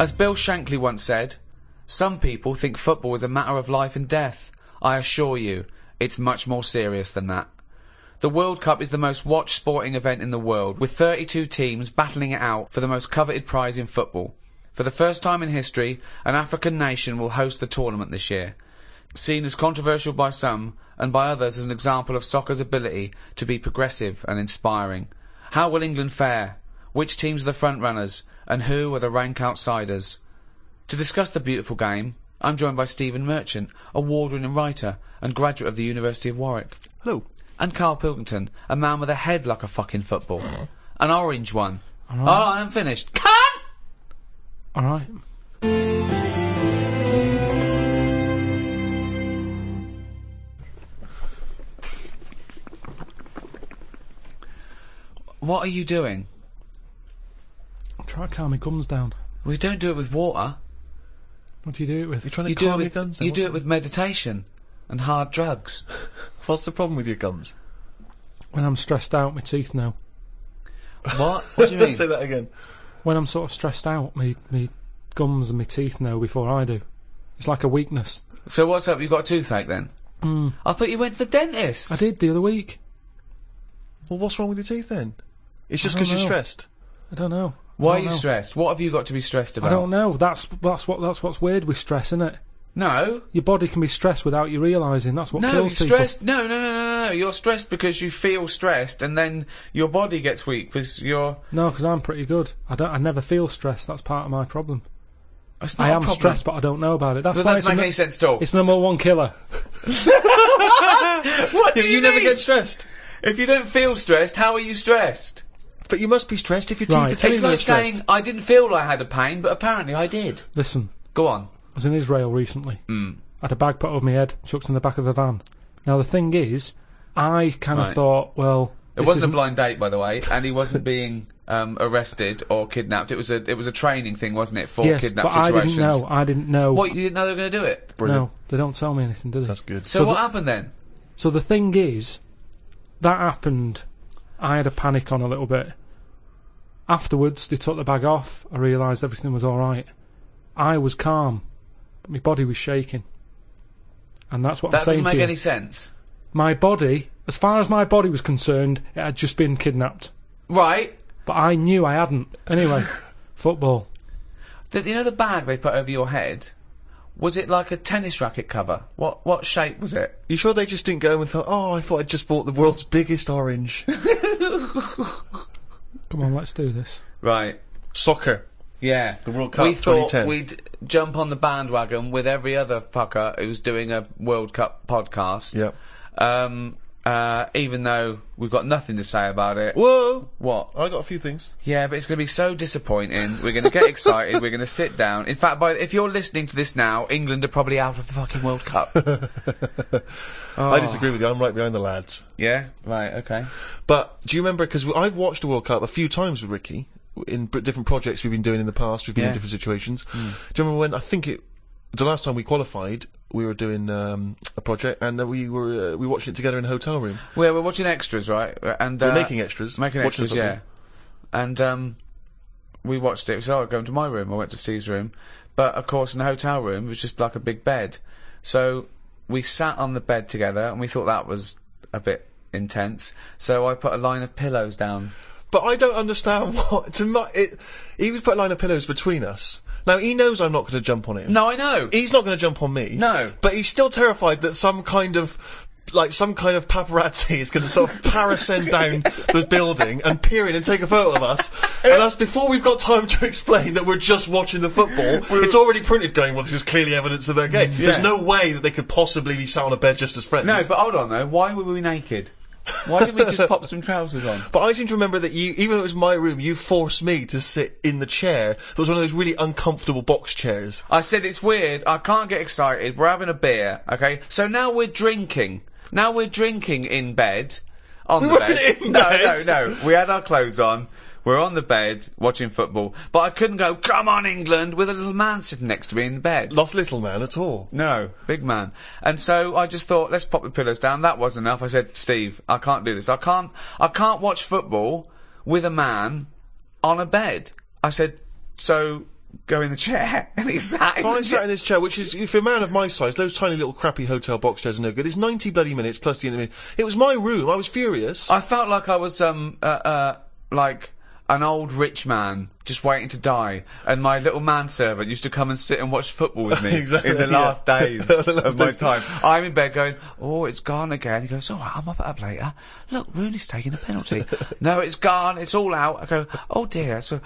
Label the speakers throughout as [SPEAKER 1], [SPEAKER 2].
[SPEAKER 1] As Bill Shankly once said, some people think football is a matter of life and death. I assure you, it's much more serious than that. The World Cup is the most watched sporting event in the world, with 32 teams battling it out for the most coveted prize in football. For the first time in history, an African nation will host the tournament this year. Seen as controversial by some, and by others as an example of soccer's ability to be progressive and inspiring. How will England fare? Which teams are the front runners? And who are the rank outsiders? To discuss the beautiful game, I'm joined by Stephen Merchant, award-winning writer and graduate of the University of Warwick,
[SPEAKER 2] Hello.
[SPEAKER 1] and Carl Pilkington, a man with a head like a fucking football, an orange one. Oh, I'm finished. Cunt!
[SPEAKER 2] All right.
[SPEAKER 1] What are you doing?
[SPEAKER 2] Try to calm my gums down.
[SPEAKER 1] We don't do it with water.
[SPEAKER 2] What do you do it with?
[SPEAKER 3] You're trying to
[SPEAKER 1] You do it
[SPEAKER 3] calm your
[SPEAKER 1] with
[SPEAKER 3] guns.
[SPEAKER 1] you do it with meditation and hard drugs.
[SPEAKER 3] What's the problem with your gums?
[SPEAKER 2] When I'm stressed out, my teeth know.
[SPEAKER 1] What? What do you mean?
[SPEAKER 3] Say that again.
[SPEAKER 2] When I'm sort of stressed out, my me gums and my teeth know before I do. It's like a weakness.
[SPEAKER 1] So what's up? You got a toothache then? I thought you went to the dentist.
[SPEAKER 2] Hmm. I did the other week.
[SPEAKER 3] Well, what's wrong with your teeth then? It's just
[SPEAKER 2] don't
[SPEAKER 3] because you're
[SPEAKER 2] know.
[SPEAKER 3] stressed.
[SPEAKER 2] I don't know. I
[SPEAKER 1] Why are
[SPEAKER 2] don't
[SPEAKER 1] you
[SPEAKER 2] know.
[SPEAKER 1] stressed? What have you got to be stressed
[SPEAKER 2] I
[SPEAKER 1] about?
[SPEAKER 2] don't know. That's that's what that's what's weird with stress, isn't it?
[SPEAKER 1] No,
[SPEAKER 2] Your body can be stressed without you realising. That's what
[SPEAKER 1] no, you're
[SPEAKER 2] kills people.
[SPEAKER 1] stressed. No, no, no, no, no, no. You're stressed because you feel stressed, and then your body gets weak because you're.
[SPEAKER 2] No, because I'm pretty good. I don't. I never feel stressed. That's part of my problem.
[SPEAKER 1] It's not
[SPEAKER 2] I
[SPEAKER 1] a
[SPEAKER 2] am
[SPEAKER 1] problem.
[SPEAKER 2] stressed, but I don't know about it. That's
[SPEAKER 1] That
[SPEAKER 2] why
[SPEAKER 1] doesn't
[SPEAKER 2] it's,
[SPEAKER 1] make
[SPEAKER 2] a nu-
[SPEAKER 1] any sense at all.
[SPEAKER 2] it's number one killer.
[SPEAKER 1] What do
[SPEAKER 3] Yeah,
[SPEAKER 1] you,
[SPEAKER 3] you, never
[SPEAKER 1] mean?
[SPEAKER 3] get stressed.
[SPEAKER 1] If you don't feel stressed, how are you stressed?
[SPEAKER 3] But you must be stressed if your teeth
[SPEAKER 2] Right.
[SPEAKER 3] are telling
[SPEAKER 1] it's
[SPEAKER 3] you
[SPEAKER 1] like
[SPEAKER 3] you're
[SPEAKER 1] saying
[SPEAKER 3] stressed.
[SPEAKER 1] I didn't feel I had a pain, but apparently I did.
[SPEAKER 2] Listen,
[SPEAKER 1] Go on.
[SPEAKER 2] I was in Israel recently.
[SPEAKER 1] Mm.
[SPEAKER 2] I had a bag put over my head, chucked in the back of a van. Now the thing is, I kind of
[SPEAKER 1] Right.
[SPEAKER 2] thought, well,
[SPEAKER 1] It wasn't a blind date, by the way, and he wasn't being um, arrested or kidnapped. It was a it was a training thing, wasn't it, for
[SPEAKER 2] yes,
[SPEAKER 1] kidnap
[SPEAKER 2] but I
[SPEAKER 1] situations?
[SPEAKER 2] didn't know. I didn't know.
[SPEAKER 1] What you didn't know they were going to do it.
[SPEAKER 2] no, they don't tell me anything, do they?
[SPEAKER 3] That's good.
[SPEAKER 1] So,
[SPEAKER 2] So
[SPEAKER 1] what
[SPEAKER 2] the-
[SPEAKER 1] happened then?
[SPEAKER 2] So the thing is, that happened. I had a panic on a little bit. Afterwards, they took the bag off. I realised everything was all right. I was calm, but my body was shaking, and that's what
[SPEAKER 1] That
[SPEAKER 2] I'm saying
[SPEAKER 1] doesn't make
[SPEAKER 2] to you.
[SPEAKER 1] any sense,
[SPEAKER 2] my body, as far as my body was concerned, it had just been kidnapped.
[SPEAKER 1] right?
[SPEAKER 2] But I knew I hadn't. Anyway, football.
[SPEAKER 1] The, you know the bag they put over your head. Was it like a tennis racket cover? What what shape was it?
[SPEAKER 3] You sure they just didn't go and thought, oh, I thought I just bought the world's biggest orange?
[SPEAKER 2] Come on, let's do this.
[SPEAKER 1] Right.
[SPEAKER 3] Soccer.
[SPEAKER 1] Yeah. The
[SPEAKER 3] World Cup
[SPEAKER 1] We thought
[SPEAKER 3] 2010.
[SPEAKER 1] we'd jump on the bandwagon with every other fucker who's doing a World Cup podcast.
[SPEAKER 3] Yep.
[SPEAKER 1] Um. Uh. Even though we've got nothing to say about it.
[SPEAKER 3] Whoa!
[SPEAKER 1] What?
[SPEAKER 3] I got a few things.
[SPEAKER 1] Yeah, but it's going to be so disappointing. We're going to get excited. We're going to sit down. In fact, by if you're listening to this now, England are probably out of the fucking World Cup.
[SPEAKER 3] I disagree with you. I'm right behind the lads.
[SPEAKER 1] yeah. Right. Okay.
[SPEAKER 3] But do you remember? Because I've watched the World Cup a few times with Ricky in br- different projects we've been doing in the past. We've been
[SPEAKER 1] Yeah. Hmm.
[SPEAKER 3] in different situations. Do you remember when I think it the last time we qualified? We were doing um, a project and uh, we were uh, we watched it together in a hotel room.
[SPEAKER 1] Well, we're watching extras, right? And uh,
[SPEAKER 3] We're making extras.
[SPEAKER 1] making
[SPEAKER 3] watching
[SPEAKER 1] extras,
[SPEAKER 3] the
[SPEAKER 1] yeah. And um, we watched it. We said, "Oh, go into my room." I went to Steve's room, but of course, in the hotel room, it was just like a big bed. So we sat on the bed together, and we thought that was a bit intense. So I put a line of pillows down.
[SPEAKER 3] But I don't understand what to my, it, he was put a line of pillows between us. Now he knows I'm not going to jump on him.
[SPEAKER 1] No, I know.
[SPEAKER 3] he's not going to jump on me.
[SPEAKER 1] No.
[SPEAKER 3] but he's still terrified that some kind of like some kind of paparazzi is going to sort of parasend down the building and peer in and take a photo of us. And us before we've got time to explain that we're just watching the football. it's already printed going. Well, this is clearly evidence of their game. There's
[SPEAKER 1] Mm, Yeah.
[SPEAKER 3] no way that they could possibly be sat on a bed just as friends.
[SPEAKER 1] No, but hold on though. Why were we naked? Why didn't we just pop some trousers on?
[SPEAKER 3] But I seem to remember that you, even though it was my room, you forced me to sit in the chair. That was one of those really uncomfortable box chairs.
[SPEAKER 1] I said it's weird. I can't get excited. We're having a beer, okay? So now we're drinking. Now we're drinking in bed, on the
[SPEAKER 3] weren't
[SPEAKER 1] bed.
[SPEAKER 3] in
[SPEAKER 1] no,
[SPEAKER 3] bed.
[SPEAKER 1] no, no. We had our clothes on. We're on the bed watching football, but I couldn't go. Come on, England, with a little man sitting next to me in the bed.
[SPEAKER 3] Not little man at all.
[SPEAKER 1] No, big man. And so I just thought, let's pop the pillows down. That wasn't enough. I said, Steve, I can't do this. I can't, I can't watch football with a man on a bed. I said, so go in the chair, and he sat in
[SPEAKER 3] Fine
[SPEAKER 1] the chair.
[SPEAKER 3] sat in this chair, which is, if you're a man of my size, those tiny little crappy hotel box chairs are no good. It's 90 bloody minutes plus the intermission. It was my room. I was furious.
[SPEAKER 1] I felt like I was um uh, uh like an old rich man just waiting to die, and my little manservant used to come and sit and watch football with me
[SPEAKER 3] Exactly,
[SPEAKER 1] in the
[SPEAKER 3] yeah.
[SPEAKER 1] last days
[SPEAKER 3] The last
[SPEAKER 1] of my
[SPEAKER 3] days.
[SPEAKER 1] time. I'm in bed going, "Oh, it's gone again." He goes, "All right, I'm up up later. Look, Rooney's taking a penalty. no, it's gone. It's all out." I go, "Oh dear." So,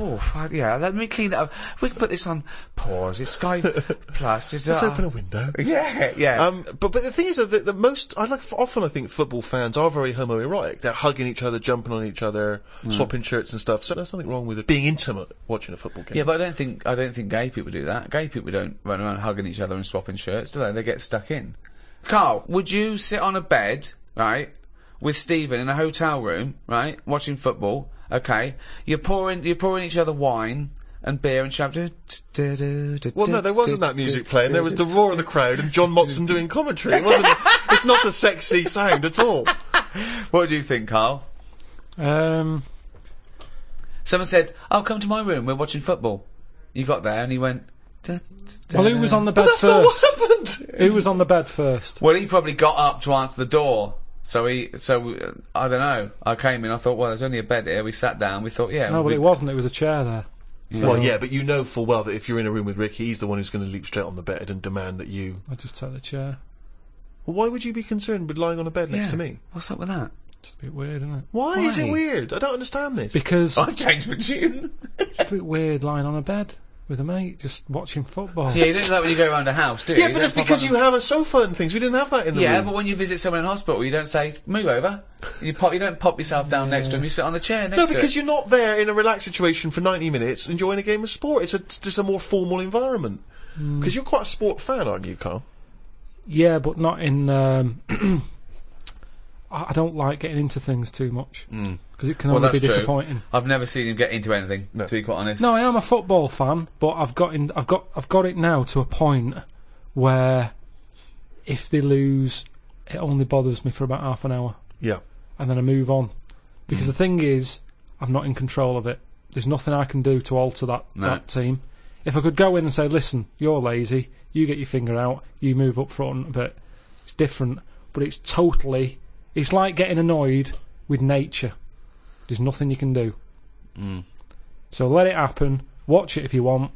[SPEAKER 1] oh fuck, yeah, let me clean it up. We can put this on pause. It's Sky Plus. It's
[SPEAKER 3] Let's
[SPEAKER 1] uh,
[SPEAKER 3] open a window.
[SPEAKER 1] Yeah, yeah.
[SPEAKER 3] Um, but but the thing is that the, the most I like often I think football fans are very homoerotic. They're hugging each other, jumping on each other, swapping shirts and stuff. So there's nothing wrong with it being intimate watching a football game.
[SPEAKER 1] Yeah, but I don't think I don't think gay people do that. Gay people don't run around hugging each other and swapping shirts, do they? They get stuck in. Carl, would you sit on a bed, right, with Stephen in a hotel room, right, watching football? Okay, you're pouring you're pouring each other wine and beer and champagne.
[SPEAKER 3] Well, no, there wasn't that music playing. There was the roar of the crowd and John Motson doing commentary, wasn't it? It's not a sexy sound at all.
[SPEAKER 1] What do you think, Carl?
[SPEAKER 2] Um,
[SPEAKER 1] Someone said, "Oh, come to my room. We're watching football." You got there, and he went. "Da, da,
[SPEAKER 2] well, who
[SPEAKER 1] Uh,
[SPEAKER 2] was on the bed
[SPEAKER 3] That's not
[SPEAKER 2] first?
[SPEAKER 3] what happened.
[SPEAKER 2] Who was on the bed first?
[SPEAKER 1] Well, he probably got up to answer the door. So he, so uh, I don't know. I came in. I thought, well, there's only a bed here. We sat down. We thought, yeah.
[SPEAKER 2] No, but
[SPEAKER 1] we-
[SPEAKER 2] it wasn't. It was a chair there.
[SPEAKER 3] Well, yeah, but you know full well that if you're in a room with Ricky, he's the one who's going to leap straight on the bed and demand that you.
[SPEAKER 2] I just took the chair.
[SPEAKER 3] Well, why would you be concerned with lying on a bed next to me?
[SPEAKER 1] What's up with that?
[SPEAKER 2] It's a bit weird, isn't it?
[SPEAKER 3] Why, is it
[SPEAKER 1] Why?
[SPEAKER 3] weird? I don't understand this.
[SPEAKER 2] Because
[SPEAKER 1] I've changed my tune.
[SPEAKER 2] it's a bit weird lying on a bed with a mate just watching football.
[SPEAKER 1] yeah, you don't do that when you go around a house, do you?
[SPEAKER 3] yeah,
[SPEAKER 1] You
[SPEAKER 3] but
[SPEAKER 1] don't
[SPEAKER 3] it's
[SPEAKER 1] pop
[SPEAKER 3] because
[SPEAKER 1] on-
[SPEAKER 3] you have a sofa and things. We didn't have that in the
[SPEAKER 1] Yeah,
[SPEAKER 3] room.
[SPEAKER 1] but when you visit someone in hospital, you don't say move over. You pop. You don't pop yourself down next to them. You sit on the chair next
[SPEAKER 3] No,
[SPEAKER 1] to
[SPEAKER 3] because
[SPEAKER 1] it.
[SPEAKER 3] you're not there in a relaxed situation for 90 minutes enjoying a game of sport. It's a, it's just a more formal environment.
[SPEAKER 1] Hmm.
[SPEAKER 3] Because you're quite a sport fan, aren't you, Carl?
[SPEAKER 2] Yeah, but not in. Um, I I don't like getting into things too much because it can
[SPEAKER 1] Well,
[SPEAKER 2] only be
[SPEAKER 1] that's true.
[SPEAKER 2] disappointing.
[SPEAKER 1] I've never seen him get into anything. To be quite honest.
[SPEAKER 2] No, I am a football fan, but I've got in, I've got I've got it now to a point where if they lose, it only bothers me for about half an hour,
[SPEAKER 3] Yeah.
[SPEAKER 2] and then I move on because the thing is, I'm not in control of it. There's nothing I can do to alter that
[SPEAKER 1] No.
[SPEAKER 2] that team. If I could go in and say, "Listen, you're lazy. You get your finger out. You move up front a bit," it's different. But it's totally. It's like getting annoyed with nature. There's nothing you can do. So let it happen. Watch it if you want,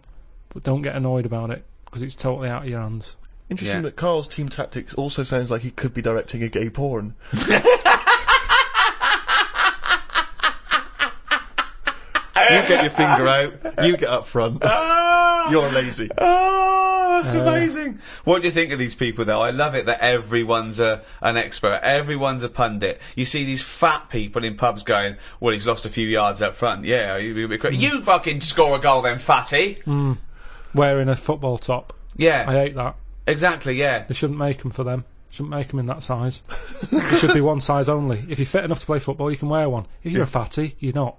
[SPEAKER 2] but don't get annoyed about it because it's totally out of your hands.
[SPEAKER 3] Interesting
[SPEAKER 1] Yeah.
[SPEAKER 3] that Carl's team tactics also sounds like he could be directing a gay porn. you get your finger out, you get up front, you're lazy.
[SPEAKER 1] Oh, that's amazing. What do you think of these people, though? I love it that everyone's a, an expert, everyone's a pundit. You see these fat people in pubs going, well, he's lost a few yards up front. Yeah, you, you,
[SPEAKER 2] Mm.
[SPEAKER 1] you fucking score a goal then, fatty.
[SPEAKER 2] Wearing a football top. Mm. I
[SPEAKER 1] Yeah,
[SPEAKER 2] hate that.
[SPEAKER 1] exactly, yeah.
[SPEAKER 2] They shouldn't make them for them. Shouldn't make them in that size. it should be one size only. If you're fit enough to play football, you can wear one. If you're a fatty, you're not.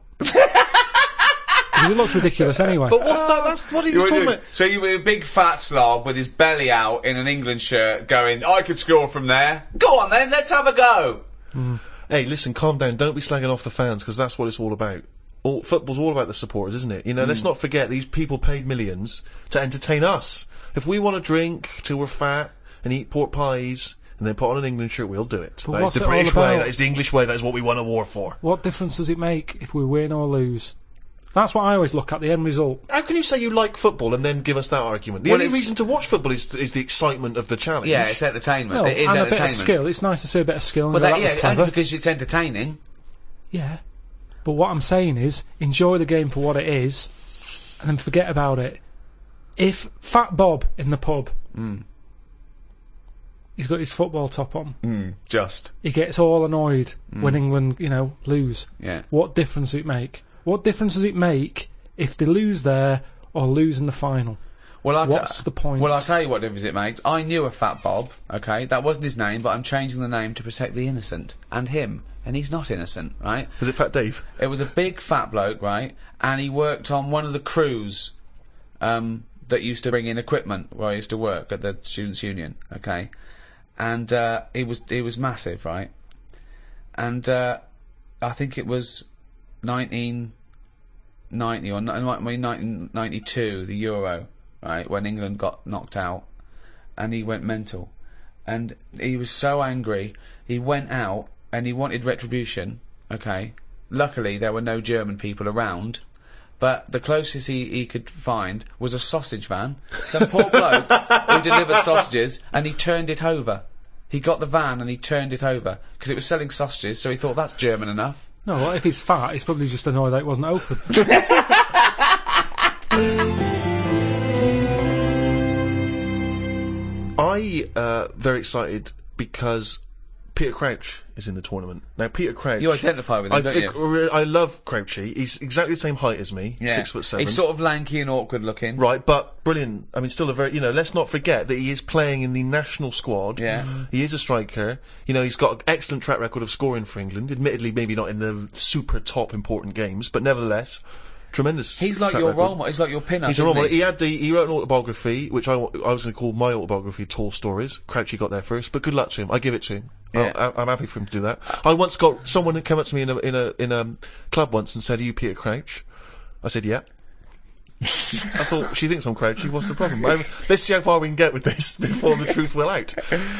[SPEAKER 2] 'Cause it looks ridiculous anyway.
[SPEAKER 3] But what's that? That's what he was talking about.
[SPEAKER 1] So you were a big fat slob with his belly out in an England shirt going, I could score from there. Go on then, let's have a go.
[SPEAKER 3] Hey, listen, calm down. Don't be slagging off the fans because that's what it's all about. All, football's all about the supporters, isn't it? You know, let's not forget these people paid millions to entertain us. If we want to drink till we're fat and eat pork pies and then put on an England shirt, we'll do it. that is
[SPEAKER 2] what's
[SPEAKER 3] the
[SPEAKER 2] it all
[SPEAKER 3] British way.
[SPEAKER 2] about?
[SPEAKER 3] That is the English way. That is what we won a war for.
[SPEAKER 2] what difference does it make if we win or lose? That's what I always look at, the end result.
[SPEAKER 3] How can you say you like football and then give us that argument? The
[SPEAKER 1] Well,
[SPEAKER 3] only
[SPEAKER 1] it's-
[SPEAKER 3] reason to watch football is, is the excitement of the challenge.
[SPEAKER 1] Yeah, it's entertainment.
[SPEAKER 2] No,
[SPEAKER 1] it is
[SPEAKER 2] and a
[SPEAKER 1] entertainment.
[SPEAKER 2] bit of skill. It's nice to see a bit of skill and
[SPEAKER 1] But
[SPEAKER 2] go,
[SPEAKER 1] that,
[SPEAKER 2] that was
[SPEAKER 1] yeah, only
[SPEAKER 2] clever.
[SPEAKER 1] because it's entertaining.
[SPEAKER 2] Yeah. But what I'm saying is, enjoy the game for what it is, and then forget about it. If Fat Bob in the pub,
[SPEAKER 1] Mm.
[SPEAKER 2] he's got his football top on,
[SPEAKER 1] Mm. Just.
[SPEAKER 2] he gets all annoyed
[SPEAKER 1] Mm.
[SPEAKER 2] when England, you know, lose.
[SPEAKER 1] Yeah.
[SPEAKER 2] What difference does it make? What difference does it make if they lose there or lose in the final?
[SPEAKER 1] Well, I'll
[SPEAKER 2] What's the point?
[SPEAKER 1] Well, I'll tell you what difference it makes. I knew a fat Bob, okay? That wasn't his name, but I'm changing the name to protect the innocent and him. And he's not innocent, right?
[SPEAKER 3] Is it Fat Dave?
[SPEAKER 1] It was a big fat bloke, right? And he worked on one of the crews um, that used to bring in equipment where I used to work at the Students' Union, okay? And uh, he was he was massive, right? And uh, I think it was 19 1990 or n- it might be 1992, the Euro, right, when England got knocked out, and he went mental, and he was so angry. He went out and he wanted retribution. Okay, luckily there were no German people around. But the closest he, he could find was a sausage van. Some poor bloke who delivered sausages and he turned it over. He got the van and he turned it over because it was selling sausages, so he thought that's German enough.
[SPEAKER 2] No, well, if he's fat, he's probably just annoyed that it wasn't open.
[SPEAKER 3] I uh, very excited because Peter Crouch is in the tournament now. Peter Crouch,
[SPEAKER 1] You identify with him,
[SPEAKER 3] I,
[SPEAKER 1] don't
[SPEAKER 3] think-
[SPEAKER 1] you?
[SPEAKER 3] re- I love Crouchy. He's exactly the same height as me, six foot seven.
[SPEAKER 1] He's sort of lanky and awkward looking.
[SPEAKER 3] Right, but brilliant. I mean, still a very, you know, let's not forget that he is playing in the national squad. Mm-hmm.
[SPEAKER 1] Yeah. Mhm.
[SPEAKER 3] He is a striker. You know, he's got an excellent track record of scoring for England. Admittedly, maybe not in the super top important games, but nevertheless, tremendous.
[SPEAKER 1] He's like
[SPEAKER 3] track
[SPEAKER 1] your
[SPEAKER 3] record.
[SPEAKER 1] role model. He's like your pin-up.
[SPEAKER 3] He's a role
[SPEAKER 1] isn't
[SPEAKER 3] model.
[SPEAKER 1] he?
[SPEAKER 3] He had the, he wrote an autobiography, which I, wa- I was going to call my autobiography Tall Stories. Crouchy got there first, but good luck to him. I give it to him.
[SPEAKER 1] Yeah.
[SPEAKER 3] I, I, I'm happy for him to do that. I once got someone who came up to me in a in a in a um, club once and said, "Are you Peter Crouch?" I said, "Yeah." I thought she thinks I'm Crouchy. What's the problem? I- let's see how far we can get with this before the truth will out.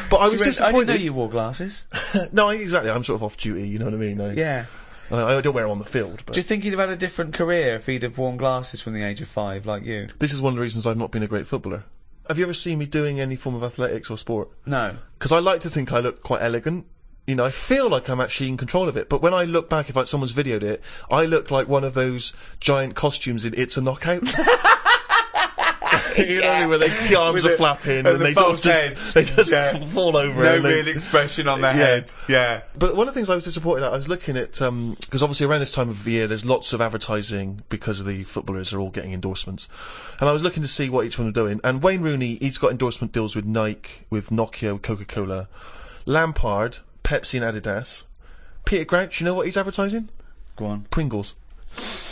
[SPEAKER 3] But I
[SPEAKER 1] She went, I
[SPEAKER 3] was
[SPEAKER 1] didn't
[SPEAKER 3] disappointed.
[SPEAKER 1] know you wore glasses.
[SPEAKER 3] no, I- exactly. I'm sort of off duty. You know what I mean? I,
[SPEAKER 1] Yeah.
[SPEAKER 3] I, I don't wear them on the field. But
[SPEAKER 1] Do you think he'd have had a different career if he'd have worn glasses from the age of five, like you?
[SPEAKER 3] this is one of the reasons I've not been a great footballer. Have you ever seen me doing any form of athletics or sport?
[SPEAKER 1] No.
[SPEAKER 3] because I like to think I look quite elegant. You know, I feel like I'm actually in control of it. But when I look back, if like, someone's videoed it, I look like one of those giant costumes in It's a Knockout. you know, what I mean, where they, the arms
[SPEAKER 1] With
[SPEAKER 3] are
[SPEAKER 1] the-
[SPEAKER 3] flapping and,
[SPEAKER 1] and the
[SPEAKER 3] they sort of
[SPEAKER 1] false
[SPEAKER 3] just,
[SPEAKER 1] head.
[SPEAKER 3] they just
[SPEAKER 1] Yeah.
[SPEAKER 3] f- fall over. and they-
[SPEAKER 1] expression on their
[SPEAKER 3] Yeah. head.
[SPEAKER 1] Yeah.
[SPEAKER 3] but one of the things I was disappointed at, I was looking at, because obviously around this time of year, there's lots of advertising because the footballers are all getting endorsements. And I was looking to see what each one was doing. And Wayne Rooney, he's got endorsement deals with Nike, with Nokia, Coca Cola, Lampard, Pepsi, and Adidas. Peter Crouch, you know what he's advertising?
[SPEAKER 1] Go on.
[SPEAKER 3] Pringles.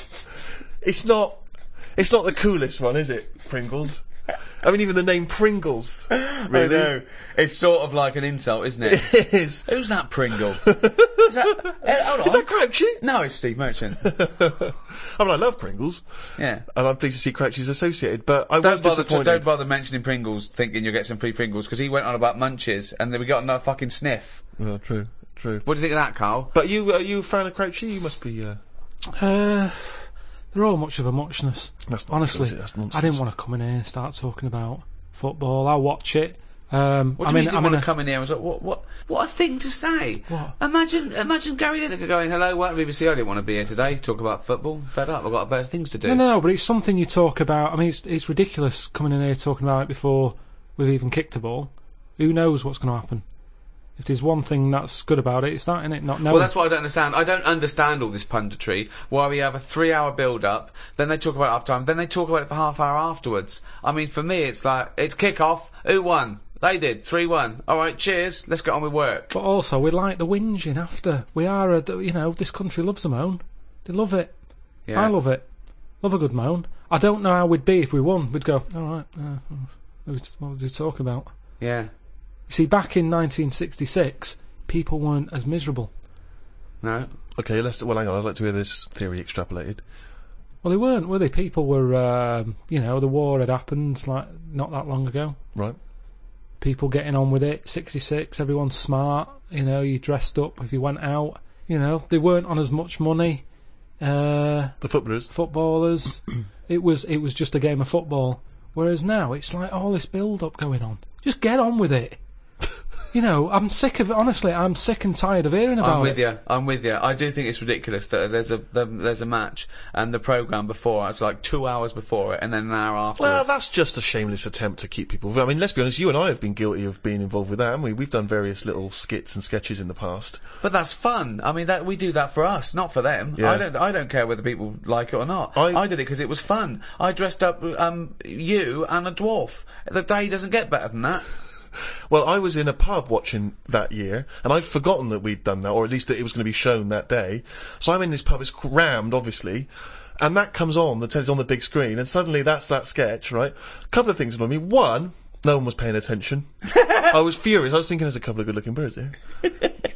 [SPEAKER 3] It's not. It's not the coolest one, is it? Pringles. I mean, even the name Pringles. Really?
[SPEAKER 1] It's sort of like an insult, isn't it?
[SPEAKER 3] It is.
[SPEAKER 1] Who's that Pringle? Is that, eh, hold on.
[SPEAKER 3] Is that Crouchy?
[SPEAKER 1] no, it's Steve Merchant.
[SPEAKER 3] I mean, I love Pringles.
[SPEAKER 1] Yeah.
[SPEAKER 3] and I'm pleased to see Crouchy's associated. But I was
[SPEAKER 1] Don't bother,
[SPEAKER 3] disappointed.
[SPEAKER 1] don't bother mentioning Pringles thinking you'll get some free Pringles because he went on about munches and then we got another fucking sniff.
[SPEAKER 3] Well, true, true.
[SPEAKER 1] What do you think of that, Carl?
[SPEAKER 3] But you, are you a fan of Crouchy? You must be. Uh,
[SPEAKER 2] uh, they're all much of a muchness.
[SPEAKER 3] that's not
[SPEAKER 2] Honestly,
[SPEAKER 3] true, is it? that's nonsense.
[SPEAKER 2] I didn't want to come in here and start talking about football. I watch it. Um,
[SPEAKER 1] What do
[SPEAKER 2] I
[SPEAKER 1] you mean
[SPEAKER 2] mean,
[SPEAKER 1] you
[SPEAKER 2] I'm
[SPEAKER 1] didn't want
[SPEAKER 2] in
[SPEAKER 1] to
[SPEAKER 2] a-
[SPEAKER 1] come in here and was like, what, what, what a thing to say?
[SPEAKER 2] What?
[SPEAKER 1] Imagine, imagine Gary Lineker going, hello, welcome to BBC, I didn't want to be here today, talk about football, fed up, I've got better things to do.
[SPEAKER 2] No, no, no. But it's something you talk about. I mean, it's it's ridiculous coming in here talking about it before we've even kicked a ball. Who knows what's going to happen? If there's one thing that's good about it, it's that, innit? Not knowing.
[SPEAKER 1] Well, that's what I don't understand. I don't understand all this punditry why we have a three hour build up, then they talk about it half time, then they talk about it for half hour afterwards. I mean, for me, it's like, it's kick off, who won? They did, 3 1. Alright, cheers, let's get on with work.
[SPEAKER 2] But also, we like the whinging after. We are, a, you know, this country loves a moan. They love it.
[SPEAKER 1] Yeah.
[SPEAKER 2] I love it. Love a good moan. I don't know how we'd be if we won. We'd go, all right, uh, what would you talk about?
[SPEAKER 1] Yeah.
[SPEAKER 2] You see, back in 1966, people weren't as miserable.
[SPEAKER 1] No.
[SPEAKER 3] Okay, let's. Well, hang on. I'd like to hear this theory extrapolated.
[SPEAKER 2] Well, they weren't, were they? People were, um, you know, the war had happened like not that long ago.
[SPEAKER 3] Right.
[SPEAKER 2] People getting on with it. 66, everyone's smart. You know, you dressed up if you went out. You know, they weren't on as much money. Uh,
[SPEAKER 3] The footballers.
[SPEAKER 2] footballers. it was it was just a game of football. Whereas now it's like all this build up going on. Just get on with it. you know, I'm sick of it. Honestly, I'm sick and tired of hearing about
[SPEAKER 1] I'm with
[SPEAKER 2] it.
[SPEAKER 1] you. I'm with you. I do think it's ridiculous that there's a the, there's a match and the program before it's like two hours before it and then an hour afterwards.
[SPEAKER 3] Well, that's just a shameless attempt to keep people. I mean, let's be honest. You and I have been guilty of being involved with that, haven't we? We've done various little skits and sketches in the past.
[SPEAKER 1] but that's fun. I mean, that we do that for us, not for them.
[SPEAKER 3] Yeah.
[SPEAKER 1] I don't. I don't care whether people like it or not.
[SPEAKER 3] I-
[SPEAKER 1] I, did it because it was fun. I dressed up um you and a dwarf. The day doesn't get better than that.
[SPEAKER 3] Well, I was in a pub watching that year, and I'd forgotten that we'd done that, or at least that it was going to be shown that day. So I'm in this pub, it's crammed, obviously, and that comes on, the telly's on the big screen, and suddenly that's that sketch, right? A couple of things annoy me. One, no one was paying attention. I was furious. I was thinking there's a couple of good looking birds here.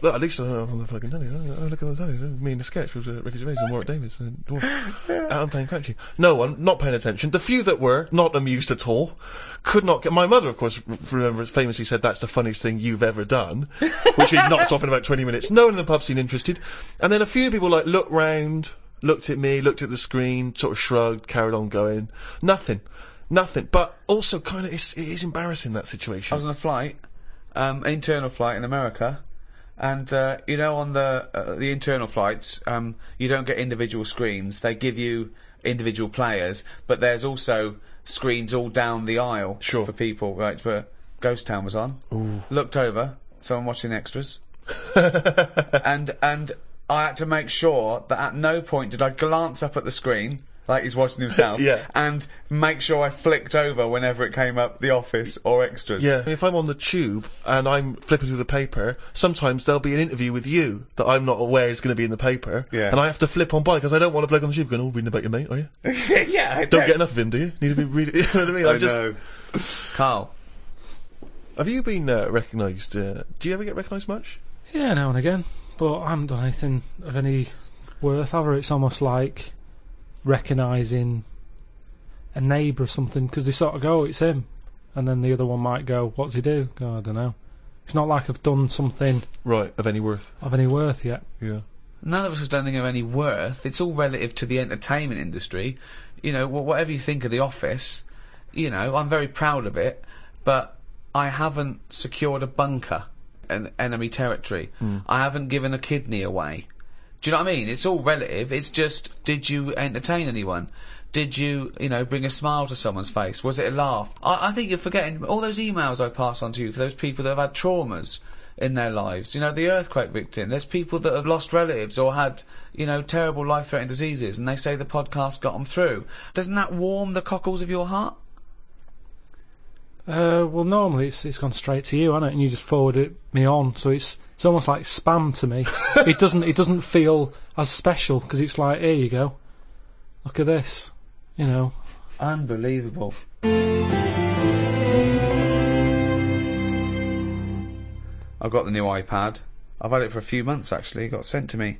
[SPEAKER 3] Look, at least uh, I'm on the fucking telly. Oh, look at the telly. Me in the sketch with uh, Ricky Gervais and Warwick Davis. And Dwarf. And I'm playing Cratchy. No one, not paying attention. The few that were, not amused at all. Could not get. My mother, of course, r- remembers famously said, That's the funniest thing you've ever done. Which we knocked off in about 20 minutes. No one in the pub seemed interested. And then a few people, like, looked round, looked at me, looked at the screen, sort of shrugged, carried on going. Nothing. Nothing. But also, kind of, it is embarrassing, that
[SPEAKER 1] I
[SPEAKER 3] situation.
[SPEAKER 1] was on a flight, um, internal flight in America, and uh, you know, on the uh, the internal flights, um, you don't get individual screens. They give you individual players, but there's also screens all down the aisle
[SPEAKER 3] Sure.
[SPEAKER 1] for people. Right, but Ghost Town was on. Looked over, someone watching extras, and and I had to make sure that at no point did I glance up at the screen. Like he's watching himself,
[SPEAKER 3] Yeah.
[SPEAKER 1] and make sure I flicked over whenever it came up the office or extras.
[SPEAKER 3] Yeah. If I'm on the tube and I'm flipping through the paper, sometimes there'll be an interview with you that I'm not aware is going to be in the paper.
[SPEAKER 1] Yeah.
[SPEAKER 3] And I have to flip on by because I don't want to bloke on the tube going, oh, reading about your mate, are you?
[SPEAKER 1] yeah, I
[SPEAKER 3] Don't get enough of him, do you? Need to be reading. You know what I mean? I'm just-
[SPEAKER 1] Carl.
[SPEAKER 3] Have you been uh, recognised? Uh, do you ever get recognised much?
[SPEAKER 2] Yeah, now and again, but I haven't done anything of any worth. However, it's almost like recognising a neighbour or something because they sort of go, "It's him," and then the other one might go, "What's he do?" Go, I don't know. It's not like I've done something
[SPEAKER 3] Right. Of any worth?
[SPEAKER 2] of any worth yet.
[SPEAKER 3] Yeah.
[SPEAKER 1] None of us don't think of any worth. It's all relative to the entertainment industry. You know, wh- whatever you think of The Office, you know, I'm very proud of it, but I haven't secured a bunker in enemy territory.
[SPEAKER 3] Hmm.
[SPEAKER 1] I haven't given a kidney away. Do you know what I mean? It's all relative. It's just, did you entertain anyone? Did you, you know, bring a smile to someone's face? Was it a laugh? I, I think you're forgetting all those emails I pass on to you for those people that have had traumas in their lives. You know, the earthquake victim. There's people that have lost relatives or had, you know, terrible life-threatening diseases, and they say the podcast got them through. Doesn't that warm the cockles of your heart?
[SPEAKER 2] Uh, well, normally it's it's gone straight to you, hasn't it? And you just forward it me on, so it's it's almost like spam to me. it doesn't it doesn't feel as special because it's like, here you go, look at this, you know.
[SPEAKER 1] Unbelievable. I've got the new iPad. I've had it for a few months actually. It got sent to me